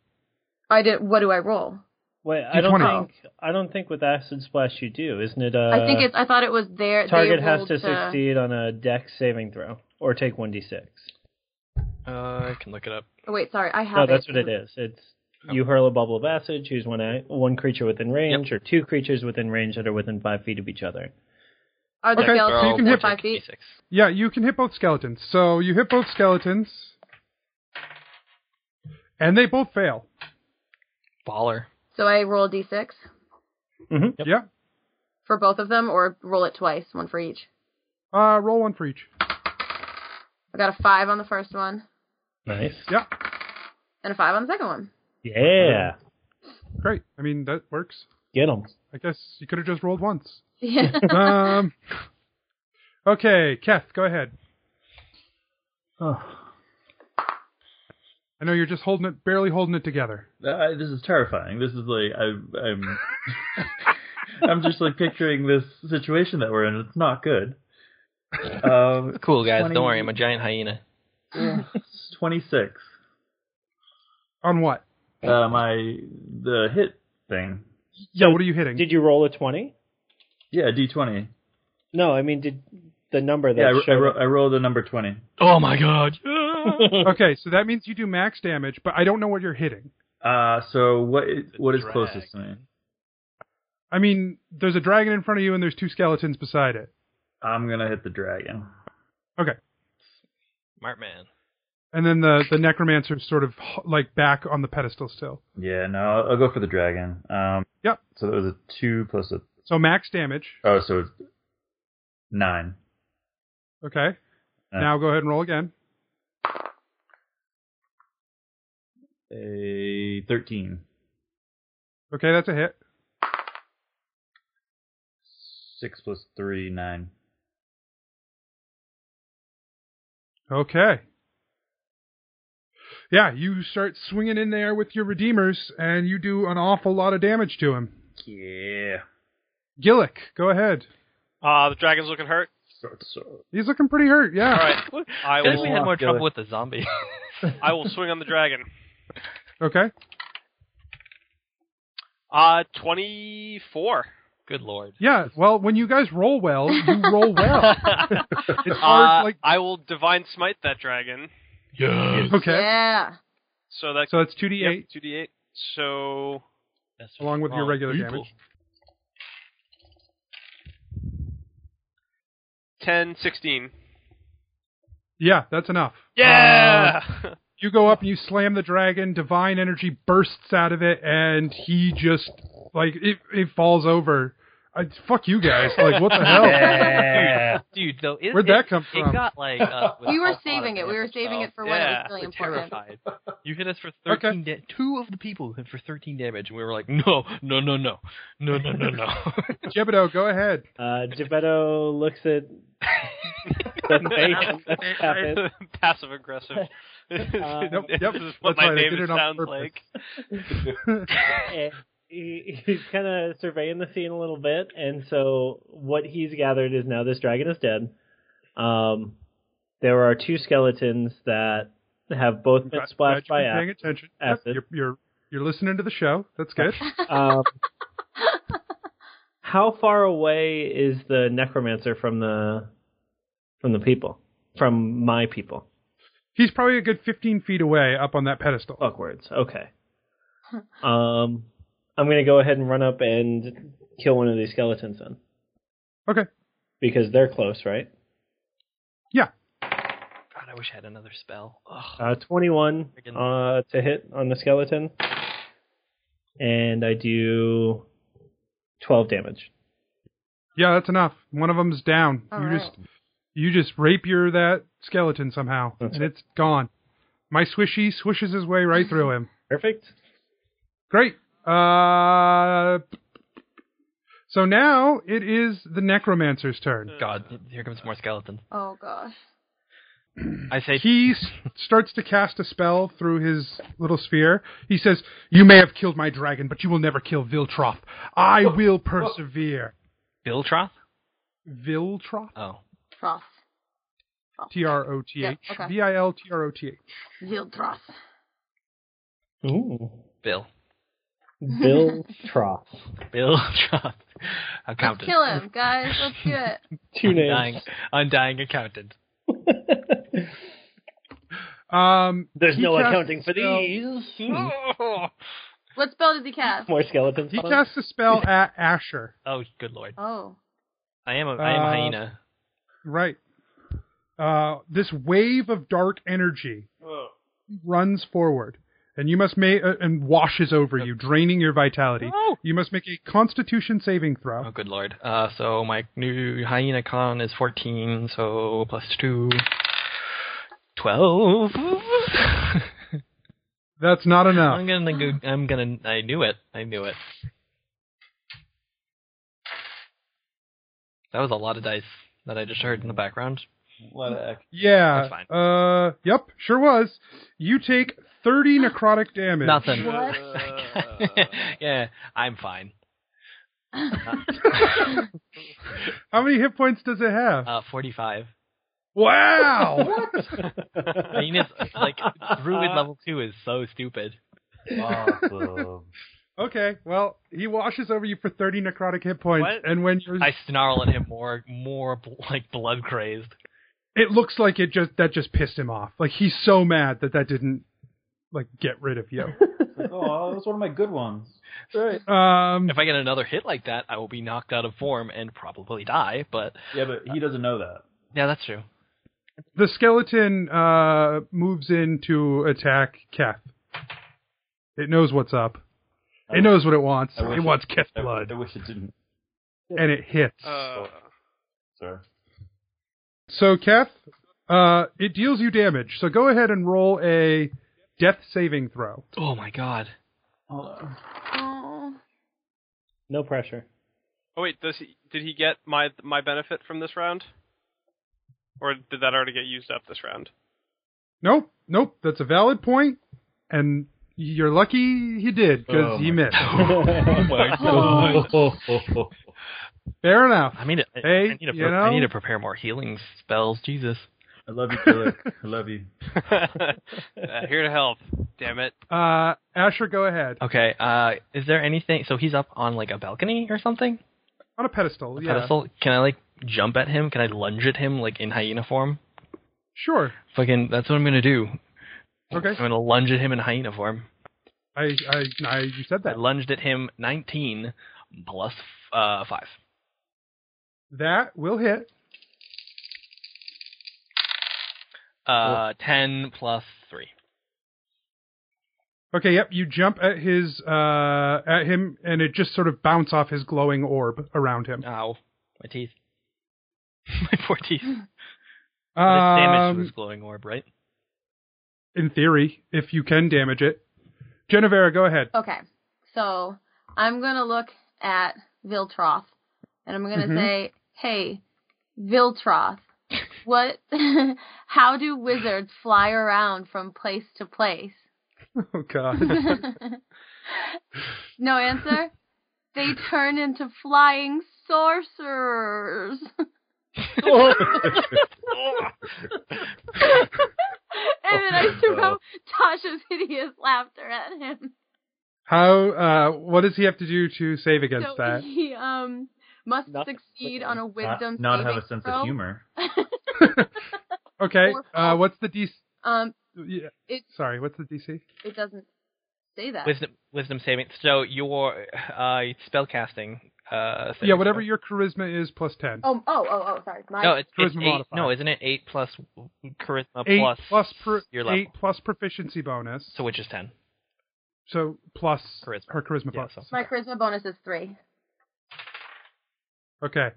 I did. What do I roll? Wait, I don't D20. think I don't think with acid splash you do, isn't it? Uh, I think it's. I thought it was there. they uh, target has rolled to succeed on a dex saving throw or take one d six. Uh, I can look it up. Oh, wait, sorry, I have. No, that's what it is. It's Oh. you hurl a bubble of acid, choose one a- one creature within range or two creatures within range that are within five feet of each other. Are the Okay, so you skeletons can within hit- five feet? D6. Yeah, you can hit both skeletons. So you hit both skeletons, and they both fail. Baller. So I roll a d6 Mm-hmm. Yeah. for both of them, or roll it twice, one for each. Uh, roll one for each. I got a five on the first one Nice. Yeah. and a five on the second one. Yeah. Great. I mean that works. Get them. I guess you could have just rolled once. Yeah. Um. okay, Keth, go ahead. I know you're just holding it, barely holding it together. Uh, this is terrifying. This is like I, I'm, I'm just like picturing this situation that we're in. It's not good. Um, Cool, guys. 20 Don't worry, I'm a giant hyena. it's 26. On what? Uh, my the hit thing. Yeah. What are you hitting? Did you roll a twenty? Yeah, d20. No, I mean did the number that Yeah, I, ro- I, showed ro- I rolled the number 20. Oh my god. okay, so that means you do max damage, but I don't know what you're hitting. Uh, so what is, what is closest to me? I mean, there's a dragon in front of you, and there's two skeletons beside it. I'm gonna hit the dragon. Okay. Smart man. And then the, the necromancer's sort of like back on the pedestal still. Yeah, no, I'll, I'll go for the dragon. Um, Yep. So that was a two plus a So max damage. oh, so it's nine. Okay. Uh. Now go ahead and roll again. A thirteen. Okay, that's a hit. Six plus three, nine. Okay. Yeah, you start swinging in there with your redeemers, and you do an awful lot of damage to him. Yeah. Gillick, go ahead. uh, the dragon's looking hurt. So, so- He's looking pretty hurt. Yeah. All right, I I guess we will. had more Go. trouble with the zombie. I will swing on the dragon. Okay. Uh, 24. Good lord. Yeah. Well, when you guys roll well, you roll well. It's hard. Uh, like I will divine smite that dragon. Uh, Yes. okay. Yeah. So that So it's two d eight. 2d8. So Along Oh, with your regular damage. 10, 16. Yeah, that's enough. Uh, Yeah! you go up and you slam the dragon. Divine energy bursts out of it, and he just like it. It falls over. I, fuck you guys! Like what the hell? Yeah. Dude, though, it, Where'd it- that come It from? got like us with We a were lot saving of it. We were damage, saving though. it for when it was Yeah, really We're important. terrified. You hit us for Okay. thirteen. Da- two of the people hit for thirteen damage, and we were like, no, no, no, no, no, no, no, no. Jebido, go ahead. Uh, Geppetto looks at the face that's happened. Passive aggressive. Nope, this yep, is what Uh, that's right, my I name did it on sounds purpose. like. Eh, he, he's kind of surveying the scene a little bit, and so what he's gathered is now this dragon is dead. Um, there are two skeletons that have both been Glad- glad you've splashed by been paying acid. attention. acid. Yep, You're, you're you're listening to the show. That's good. Um, how far away is the necromancer from the from the people? From my people? He's probably a good 15 feet away up on that pedestal. Fuckwards. Okay. Um, I'm gonna go ahead and run up and kill one of these skeletons then. Okay. Because they're close, right? God, I wish I had another spell. Oh, Ugh. Uh, 21 Freaking- uh, to hit on the skeleton. And I do 12 damage. Yeah, that's enough. One of them's down. All you right. just you just rapier that skeleton somehow, That's and it's gone. My swishy swishes his way right through him. Perfect. Great. Uh, so now it is the necromancer's turn. God, here comes more skeletons. Oh gosh. I say, He s- starts to cast a spell through his little sphere. He says, "You may have killed my dragon, but you will never kill Viltroth. I Oh. will persevere." Bill Troth? Viltroth. Oh, Troth. T R O T H. Yeah, okay. V I L T R O T H. Vildroth. Ooh. Bill. Bill Troth. Bill Troth. Accountant. Kill him, guys. Let's do it. Two Undying, names. undying accountant. Um, There's he no casts accounting for a spell- these. Hmm. Oh. What spell does he cast? More skeletons. He huh? casts a spell at Asher. Oh, good lord. Oh. I am a, I am a Uh, hyena. Right. Uh, this wave of dark energy runs forward, and you must make uh, and washes over you, draining your vitality. You must make a Constitution saving throw. Oh, good lord. Uh, so my new hyena con is 14, so plus 2. 12. That's not enough. I'm gonna go. I'm gonna. I knew it. I knew it. That was a lot of dice that I just heard in the background. A lot of X. Yeah. That's Uh, yep, sure was. You take thirty necrotic damage. Nothing. What? yeah, I'm fine. How many hit points does it have? Uh, 45. wow. I mean, it's like druid level two is so stupid. Awesome. okay. Well, he washes over you for thirty necrotic hit points, What? and when you're I snarl at him more, more bl- like blood crazed. it looks like it just that just pissed him off. Like he's so mad that that didn't like get rid of you. Like, oh, that was one of my good ones. Um, If I get another hit like that, I will be knocked out of form and probably die. But Yeah, but he doesn't know that. yeah, that's true. the skeleton uh, moves in to attack Keth. It knows what's up. It knows what it wants. I wish It wants it- Keth I, blood, I wish it didn't. and it hits. Uh, Sorry. So Keth, uh, it deals you damage. So go ahead and roll a death saving throw. Oh my god. Oh. no pressure. oh wait, does he? Did he get my my benefit from this round? Or did that already get used up this round? Nope, nope. That's a valid point, and you're lucky he did because Oh he my missed. Oh. Fair enough. I mean, I, Hey, I, need to you pre- I know? need to prepare more healing spells. Jesus. I love you, Taylor. I love you. Uh, here to help. damn it. Uh, Asher, go ahead. Okay. Uh, is there anything? So he's up on like a balcony or something? On a pedestal, yeah. Pedestal? Can I like jump at him? Can I lunge at him like in hyena form? Sure. Fucking. That's what I'm gonna do. Okay. I'm gonna lunge at him in hyena form. I, I, I, you said I that. lunged at him 19 plus uh, five. That will hit. Uh, 10 plus three. Okay, yep. You jump at his, uh, at him, and it just sort of bounce off his glowing orb around him. Ow. My teeth. my poor teeth. But it's damage to Um, his glowing orb, right? in theory, if you can damage it, Genevera, go ahead. Okay. So I'm gonna look at Viltroth and I'm gonna Mhm. say, Hey, Viltroth, what how do wizards fly around from place to place? Oh God. no answer? They turn into flying sorcerers. and then I threw out Tasha's hideous laughter at him. How? Uh, what does he have to do to save against so that? he um must Nothing. succeed on a Not, wisdom not saving have a sense throw. of humor. Okay. Or- Uh, what's the DC? Um, Yeah, it sorry, what's the DC? it doesn't say that. Wisdom, wisdom saving. So your uh, spellcasting. Uh, saving Yeah, whatever throw. your charisma is plus ten. Oh, oh, oh, oh, sorry. My No, it's, it's Charisma eight. modifier. No, isn't it eight plus charisma Eight plus plus per, your level? eight plus proficiency bonus. So which is ten? So plus Charisma. her charisma Yeah, plus. so- my charisma bonus is three. Okay.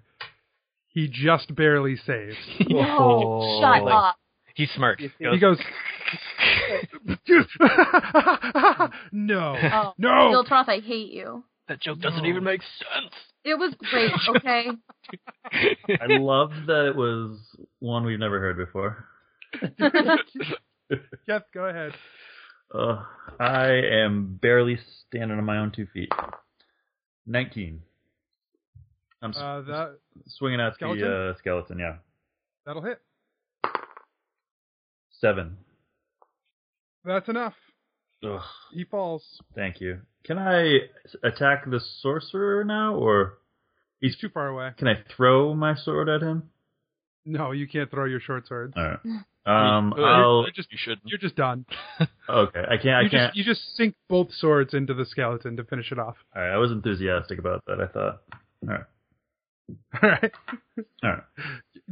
He just barely saves. Oh, No, shut Like, up. He smirks. He Goes, goes. no. Oh, no. Viltroth, I hate you. that joke doesn't even make sense. It was great, okay? I love that it was one we've never heard before. Jeff, go ahead. Ugh, I am barely standing on my own two feet. 19. I'm s- Uh, that swinging at skeleton? the uh, skeleton, yeah. that'll hit. Seven. That's enough. Ugh, He falls. thank you. Can I s- attack the sorcerer now, or He's too far away. can I throw my sword at him? No, you can't throw your short sword. Alright. Um, could. I'll. You're just you should. you're just done. Okay, I can't. You I can't. just you just sink both swords into the skeleton to finish it off. Alright, I was enthusiastic about that, I thought. Alright. All right, Alright.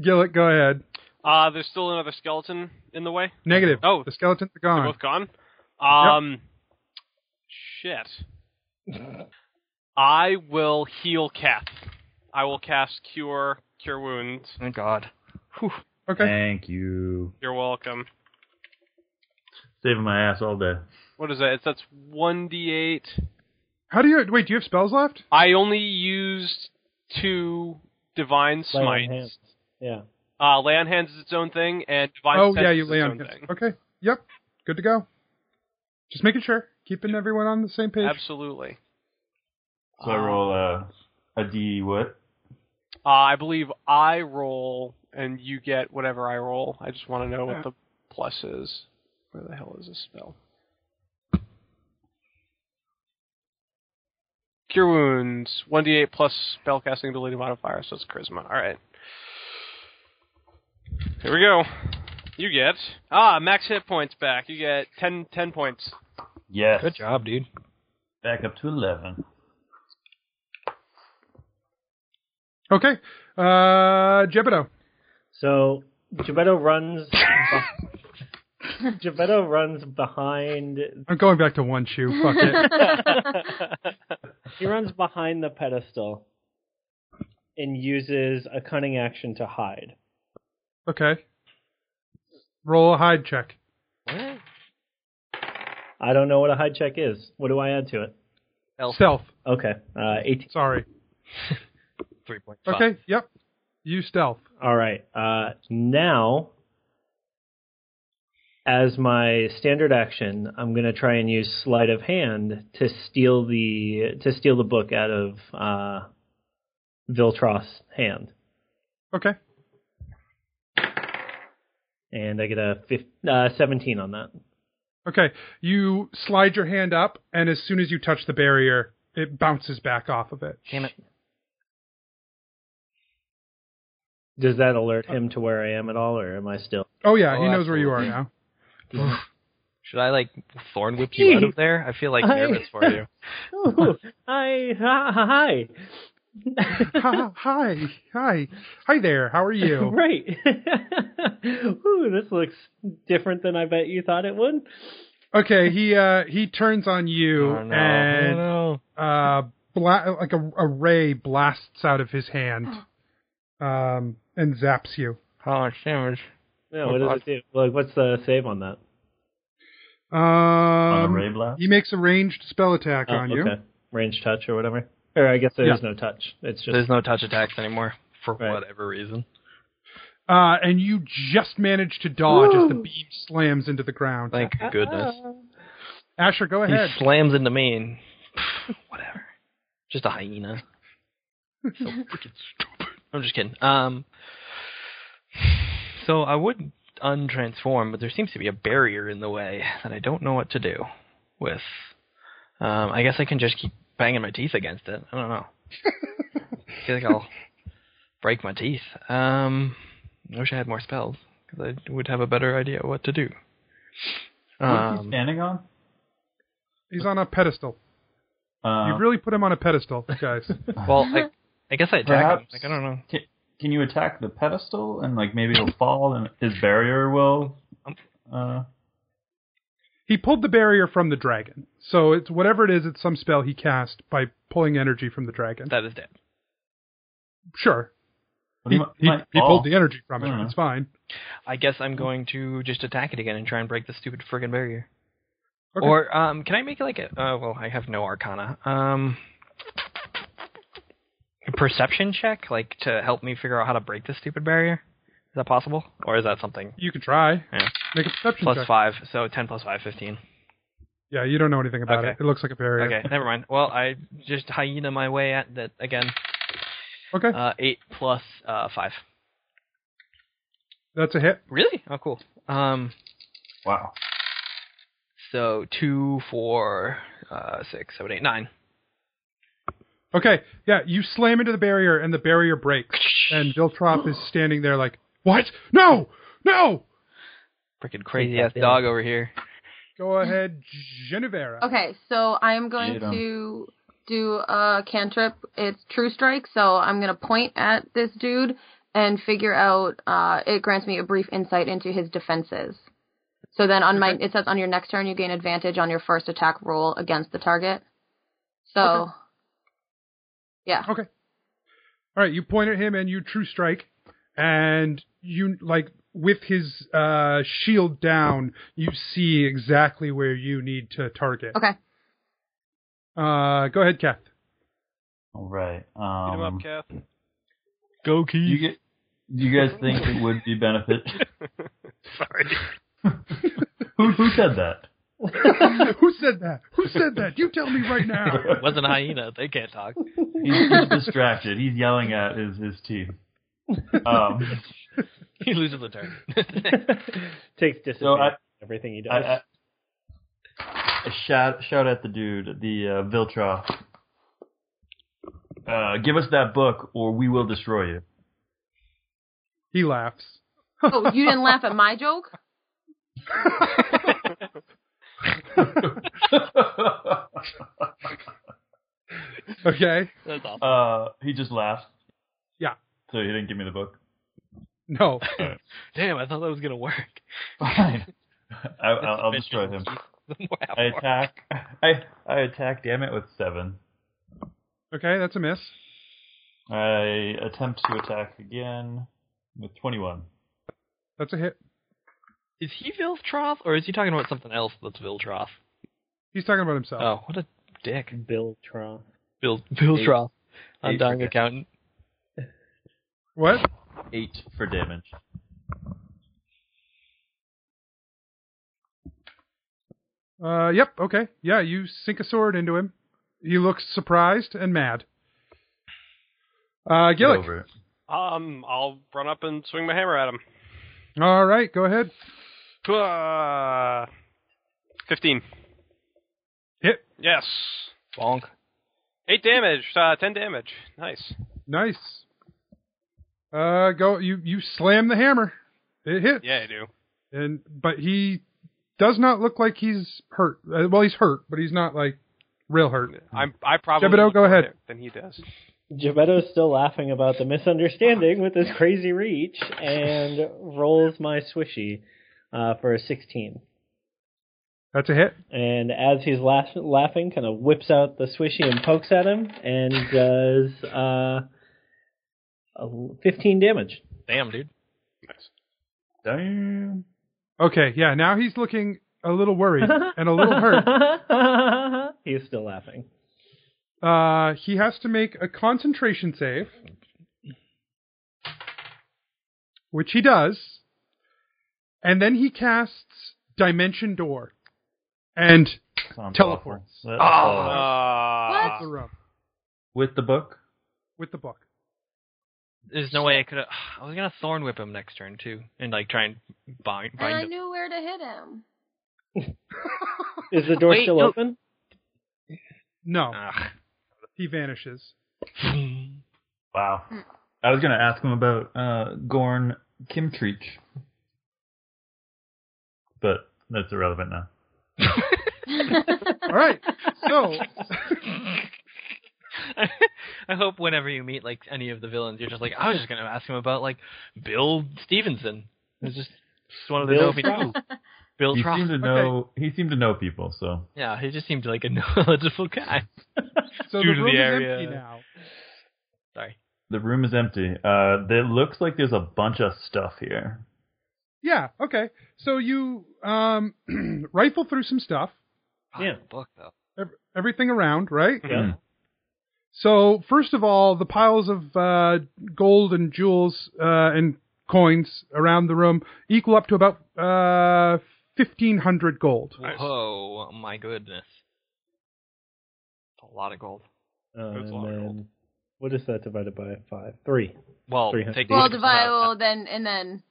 Gillet, go ahead. Uh, there's still another skeleton in the way. Negative. Oh. the skeletons are They're gone. both gone. Um, shit. I will heal Kath. I will cast Cure Cure Wounds. Thank God. Okay. Thank you. You're welcome. Saving my ass all day. What is that? It's, that's one d8. How do you wait? Do you have spells left? I only used two divine Lay on smites. hands. Yeah. Uh, lay on hands is its own thing, and divine oh sense yeah, you is lay its on. own hands. thing. Okay. Yep. Good to go. Just making sure, keeping everyone on the same page. Absolutely. So I roll uh, a D what? Uh, I believe I roll, and you get whatever I roll. I just want to know what the plus is. Where the hell is this spell? Cure wounds, 1d8 plus spellcasting ability modifier, so it's charisma. All right. Here we go. You get ah max hit points back. You get 10, 10 points. Yes. Good job, dude. Back up to 11. Okay. Uh, Jebido. So Geppetto runs. beh- Geppetto runs behind. I'm going back to one shoe. Fuck it. He runs behind the pedestal and uses a cunning action to hide. Okay. Roll a hide check. I don't know what a hide check is. What do I add to it? Elf. Stealth. Okay, uh, 18. Sorry. Three points. Okay. Yep. You stealth. All right. Uh, now, as my standard action, I'm going to try and use sleight of hand to steal the to steal the book out of uh, Viltroth's hand, Okay. and I get a fif- uh, 17 on that. Okay, you slide your hand up, and as soon as you touch the barrier, it bounces back off of it. Damn it. Does that alert him to where I am at all, or am I still? Oh yeah, Oh, he knows where you are absolutely. now. Should I like thorn whip you out of there? I feel like I- nervous for you. Ooh, Oh, hi, hi, hi. Ha- hi, hi, hi there. How are you? right. Ooh, this looks different than I bet you thought it would. Okay, he uh he turns on you Oh, no. and Oh, uh, bla- like a, a ray blasts out of his hand, um, and zaps you. no. How much damage? Yeah, what does it do? Like, what's the save on that? on a Um, ray blast. he makes a ranged spell attack Oh, on you. okay. Range touch or whatever. Or I guess there is no touch. It's just There's no touch attacks anymore for Right. whatever reason. Uh, and you just manage to dodge as the beam slams into the ground. Thank goodness. Asher, go He ahead. slams into me and pff, whatever. Just a hyena. so freaking stupid. I'm just kidding. Um So I would untransform, but there seems to be a barrier in the way that I don't know what to do with. Um I guess I can just keep banging my teeth against it. I don't know. I feel like I'll break my teeth. Um I wish I had more spells because I would have a better idea what to do. What's he Um, standing on? He's on a pedestal. Uh, You really put him on a pedestal, guys. well, I, I guess I attack him. Perhaps- Like I don't know. ca- can you attack the pedestal and like maybe it'll fall and his barrier will? Uh, he pulled the barrier from the dragon, so it's whatever it is. It's some spell he cast by pulling energy from the dragon. That is dead. sure, but he, mi- he, might he fall. pulled the energy from I don't Hmm. it. know. It's fine. I guess I'm going to just attack it again and try and break the stupid friggin' barrier. Okay. Or um, can I make like a? Uh, well, I have no Arcana. Um, a perception check, like to help me figure out how to break this stupid barrier. Is that possible, or is that something You can try. Yeah. Make a perception Plus check. five? So ten plus five, fifteen. Yeah, you don't know anything about Okay. it. It looks like a barrier. Okay, never mind. Well, I just hyena my way at that again. Okay, Uh, eight plus uh five. that's a hit. Really? Oh, cool. Um, Wow. so two, four, uh, six, seven, eight, nine. Okay, yeah, you slam into the barrier and the barrier breaks, and Viltrop is standing there like, "What? No, no!" Freaking crazy that ass down. dog over here. Go ahead, Genevera. Okay, so I am going Get 'em. to do a cantrip. It's True Strike, so I'm going to point at this dude and figure out. Uh, it grants me a brief insight into his defenses. So then, on my it says on your next turn you gain advantage on your first attack roll against the target. So, yeah, Okay. All right, you point at him and you true strike, and you like with his uh, shield down, you see exactly where you need to target. okay. Uh, go ahead, Kath. All right. Beat him Um, up, Kath. Go do you get? Do you guys think it would be benefit? Sorry. who who said that? Who said that? Who said that? You tell me right now. It wasn't a hyena. They can't talk. He's, he's distracted. He's yelling at his his team. Um, He loses the turn. takes disadvantage. so I, everything he does. I, I, I shout shout at the dude, the uh, Viltra. Uh, give us that book, or we will destroy you. He laughs. Oh, you didn't laugh at my joke? Okay. That's awful. uh, he just laughed. Yeah. So he didn't give me the book. No. Damn, I thought that was gonna work. Fine. I, I'll, I'll destroy him. I attack. I I attack. Damn it! With seven. Okay, that's a miss. I attempt to attack again with twenty-one. That's a hit. Is he Viltroth, or is he talking about something else that's Viltroth? He's talking about himself. Oh, what a dick. Bill Trump. Vil- Viltroth. Eight Undying forget. accountant. What? Eight for damage. Uh, yep. Okay. Yeah, you sink a sword into him. He looks surprised and mad. Uh, Get Gillick. over it. Um, I'll run up and swing my hammer at him. All right, go ahead. Ah. Fifteen. Hit. Yes. Bonk. Eight damage. Uh, ten damage. Nice. Nice. Uh, go. You you slam the hammer. It hits. Yeah, I do. And but he does not look like he's hurt. Uh, well, he's hurt, but he's not like real hurt. Hmm. I'm. I probably. Jebido, look go better ahead. Than he does. Gebetto's still laughing about the misunderstanding with his crazy reach and rolls my swishy uh, for a 16. That's a hit. And as he's laugh- laughing, kind of whips out the swishy and pokes at him and does uh, a- 15 damage. Damn, dude. Damn. Okay, yeah. Now he's looking a little worried and a little hurt. he's still laughing. Uh, he has to make a concentration save, which he does, and then he casts Dimension Door and Sounds Teleports. awful. That's Uh, awful. Ah. the room With the book? with the book. There's no way I could. have I was gonna thorn whip him next turn too, and like try and bind. And I bind him. knew where to hit him. Is the door Wait, still no. open? No, Ugh. he vanishes. Wow. Hmm. I was going to ask him about uh, Gorn Kimtreach. But that's irrelevant now. All right, so I hope whenever you meet like any of the villains, you're just like, I was just gonna ask him about like Bill Stevenson. It's just it's one of the Bill dope people. Bill he Troth. seemed to know he seemed to know people, so Yeah, he just seemed like a knowledgeable guy. so Due the to room the is area. empty now. Sorry. the room is empty. Uh it looks like there's a bunch of stuff here. Yeah. Okay. So you um rifle through some stuff, Fuck, Yeah. the book though. ev- everything around, right? Mm-hmm. Yeah. So first of all, the piles of uh, gold and jewels uh, and coins around the room equal up to about uh, fifteen hundred gold. Whoa, my goodness. A lot of gold. Um, That's a lot of gold. and what is that divided by five? Three. Well, 300. take well, the- divide uh, well, then and then.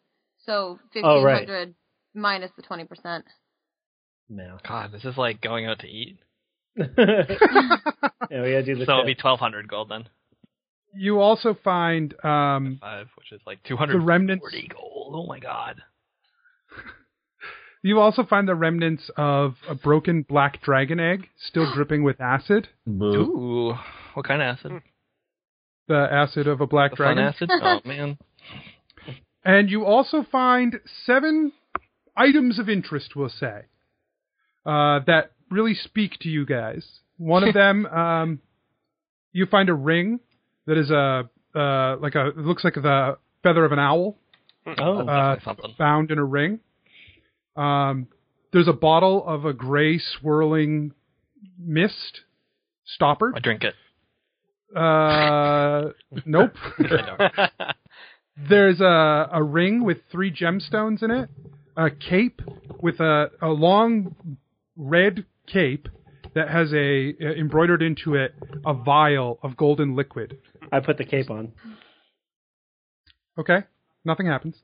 Oh, So fifteen right. hundred minus the twenty percent. Now. God, this is like going out to eat. yeah, we gotta do So the it'll be test. twelve hundred gold then. You also find um, Five, which is like two hundred the remnants. forty gold. Oh my god. You also find the remnants of a broken black dragon egg still dripping with acid. Boo. Ooh, what kind of acid? The acid of a black The fun dragon. acid? Oh man. And you also find seven items of interest, we'll say, uh, that really speak to you guys. One of them, um, you find a ring that is a uh, like a it looks like the feather of an owl Oh, uh, Definitely something. bound in a ring. Um, there's a bottle of a gray swirling mist, stoppered. I drink it. Uh, nope. I don't. There's a, a ring with three gemstones in it, a cape with a, a long red cape that has a, uh, embroidered into it a vial of golden liquid. I put the cape on. Okay, nothing happens.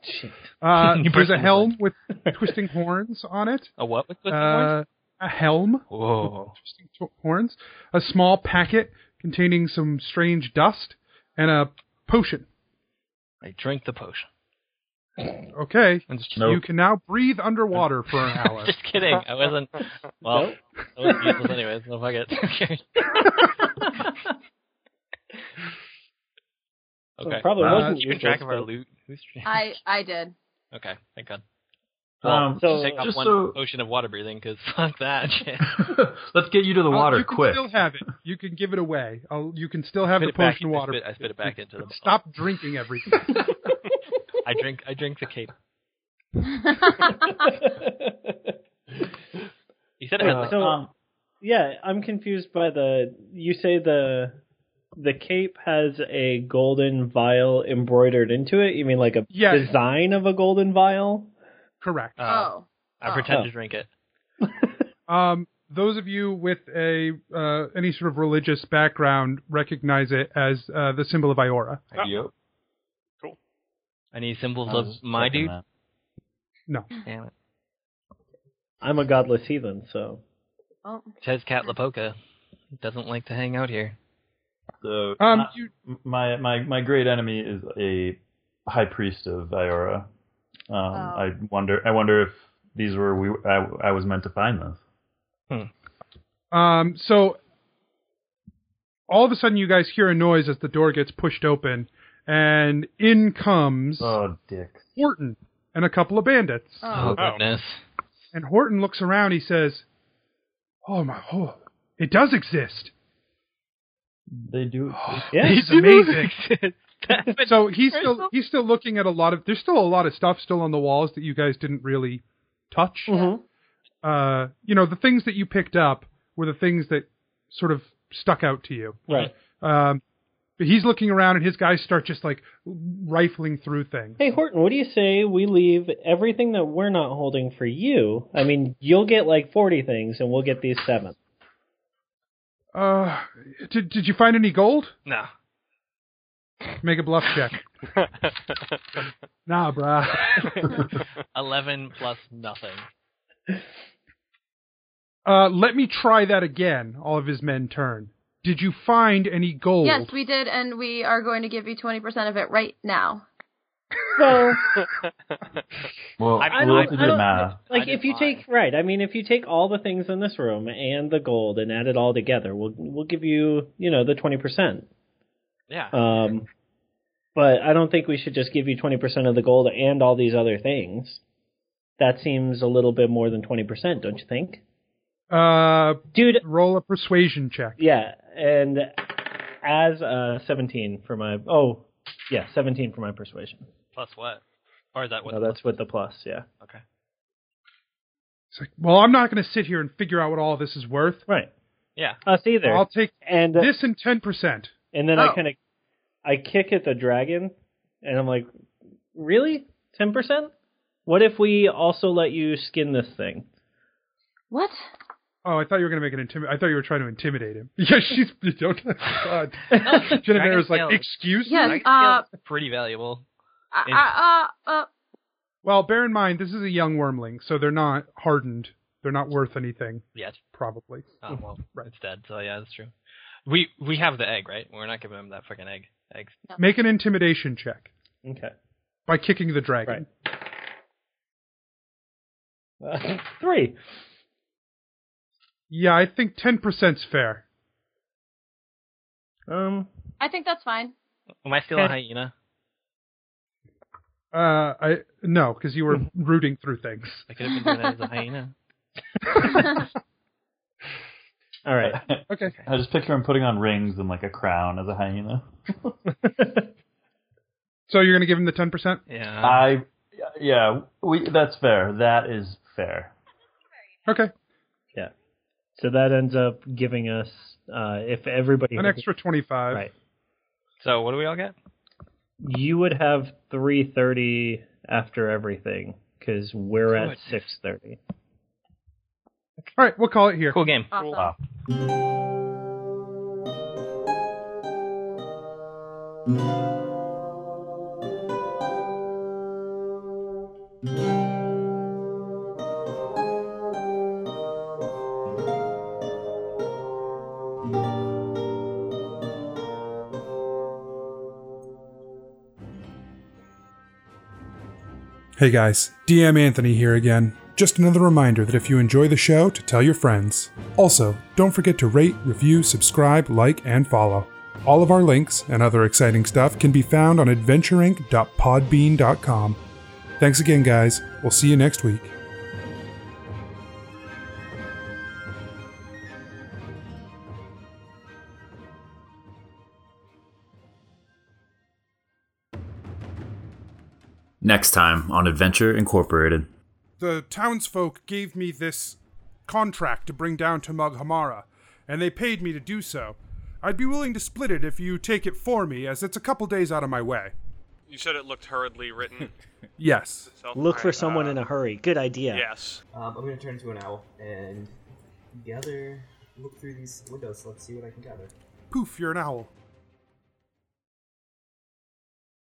Uh, You there's burst a into helm with twisting horns on it. a what with the Uh, a helm, Whoa. twisting t- horns. A small packet containing some strange dust and a potion. I drink the potion. Okay, I'm just, Nope. you can now breathe underwater for an hour. just kidding. I wasn't. Well, Nope. I was useless anyways. No, fuck it. okay. So okay. it probably Uh, wasn't Keeping useless, track of our but- loot. Who's I I did. Okay, thank God. Well, Um, so- just take up just one so- ocean of water breathing, because fuck that shit. Let's get you to the Oh, water you can quick. still have it. You can give it away. I'll, you can still have Spit the it back- potion I water. spit- I spit it back into the bottle. Stop drinking everything. I drink. I drink the cape. You said it had Uh, like, so- um, yeah, I'm confused by the. You say the the cape has a golden vial embroidered into it. You mean like a Yes. design of a golden vial? Correct. uh, oh. I pretend Oh. to drink it. Um, those of you with a uh, any sort of religious background recognize it as uh, the symbol of Iora. Yep. Any symbols I was of my checking dude? that. No. Damn it. I'm a godless heathen, so Oh, Says Cat Lapoca doesn't like to hang out here. So Um, Ah. not- you, my my my great enemy is a high priest of Iora. Um, Oh. I wonder I wonder if these were we I, I was meant to find this. um, so all of a sudden, you guys hear a noise as the door gets pushed open, and in comes Oh, dicks. Horton and a couple of bandits. Oh, oh. goodness. And Horton looks around. He says, "Oh my! Oh, it does exist. They do. yeah. This is amazing." That's been- so he's still he's still looking at a lot of there's still a lot of stuff still on the walls that you guys didn't really touch. Uh, you know, the things that you picked up were the things that sort of stuck out to you. Right. Um, but he's looking around and his guys start just like rifling through things. Hey Horton, what do you say we leave everything that we're not holding for you? I mean, you'll get like forty things, and we'll get these seven. Uh, did did you find any gold? no. Make a bluff check. nah, bruh. 11 plus nothing. Uh, let me try that again. All of his men turn. Did you find any gold? Yes, we did, and we are going to give you 20% of it right now. Well, Well, I we'll I don't- I don't, do I the don't math. like I if did you fine. take right. I mean, if you take all the things in this room and the gold and add it all together, we'll we'll give you you know the twenty percent. Yeah. Um, but I don't think we should just give you twenty percent of the gold and all these other things. That seems a little bit more than twenty percent, don't you think, Uh, dude? roll a persuasion check. Yeah, and as uh seventeen for my oh yeah seventeen for my persuasion. plus what? Or is that what? No, that's with the plus. Yeah, okay. It's like, well, I'm not going to sit here and figure out what all this is worth. right. Yeah. Us either. I'll take and uh, this and ten percent. And then Oh. I kind of I kick at the dragon, and I'm like, really, ten percent? What if we also let you skin this thing? What? Oh, I thought you were going to make an intimidate. I thought you were trying to intimidate him. Yeah, she's you don't. God. Jennifer was like, Dragon's "Excuse me." Yes, Dragon uh, scale's pretty valuable. I- I- uh, uh, Well, bear in mind this is a young wormling, so they're not hardened. They're not worth anything, Yes. probably. Oh, well, Right. it's dead, so yeah, that's true. We we have the egg, right? We're not giving him that freaking egg. Eggs. Make an intimidation check Okay, by kicking the dragon. right. Uh, three. Yeah, I think ten percent's fair. Um, I think that's fine. Am I still a hyena? Uh, I no, because you were rooting through things. I could have been doing it as a hyena. all right. Okay. I just picture him putting on rings and like a crown as a hyena. So you're gonna give him the ten percent? Yeah. Uh, I yeah, we that's fair. That is fair. Okay, yeah. So that ends up giving us, uh, if everybody, an extra twenty-five. right, so what do we all get? you would have three thirty after everything because we're at Good. six thirty. All right, we'll call it here. Cool game. uh, Awesome. Hey guys, DM Anthony here again. Just another reminder that if you enjoy the show, to tell your friends. Also, don't forget to rate, review, subscribe, like, and follow. All of our links and other exciting stuff can be found on adventureinc.podbean.com. Thanks again, guys. We'll see you next week. Next time on Adventure Incorporated. the townsfolk gave me this contract to bring down to Mughamara, and they paid me to do so. I'd be willing to split it if you take it for me, as it's a couple days out of my way. You said it looked hurriedly written. Yes. Look for uh, someone in a hurry. Good idea. Yes. Um, I'm gonna turn into an owl and gather. Look through these windows. Let's see what I can gather. Poof, you're an owl.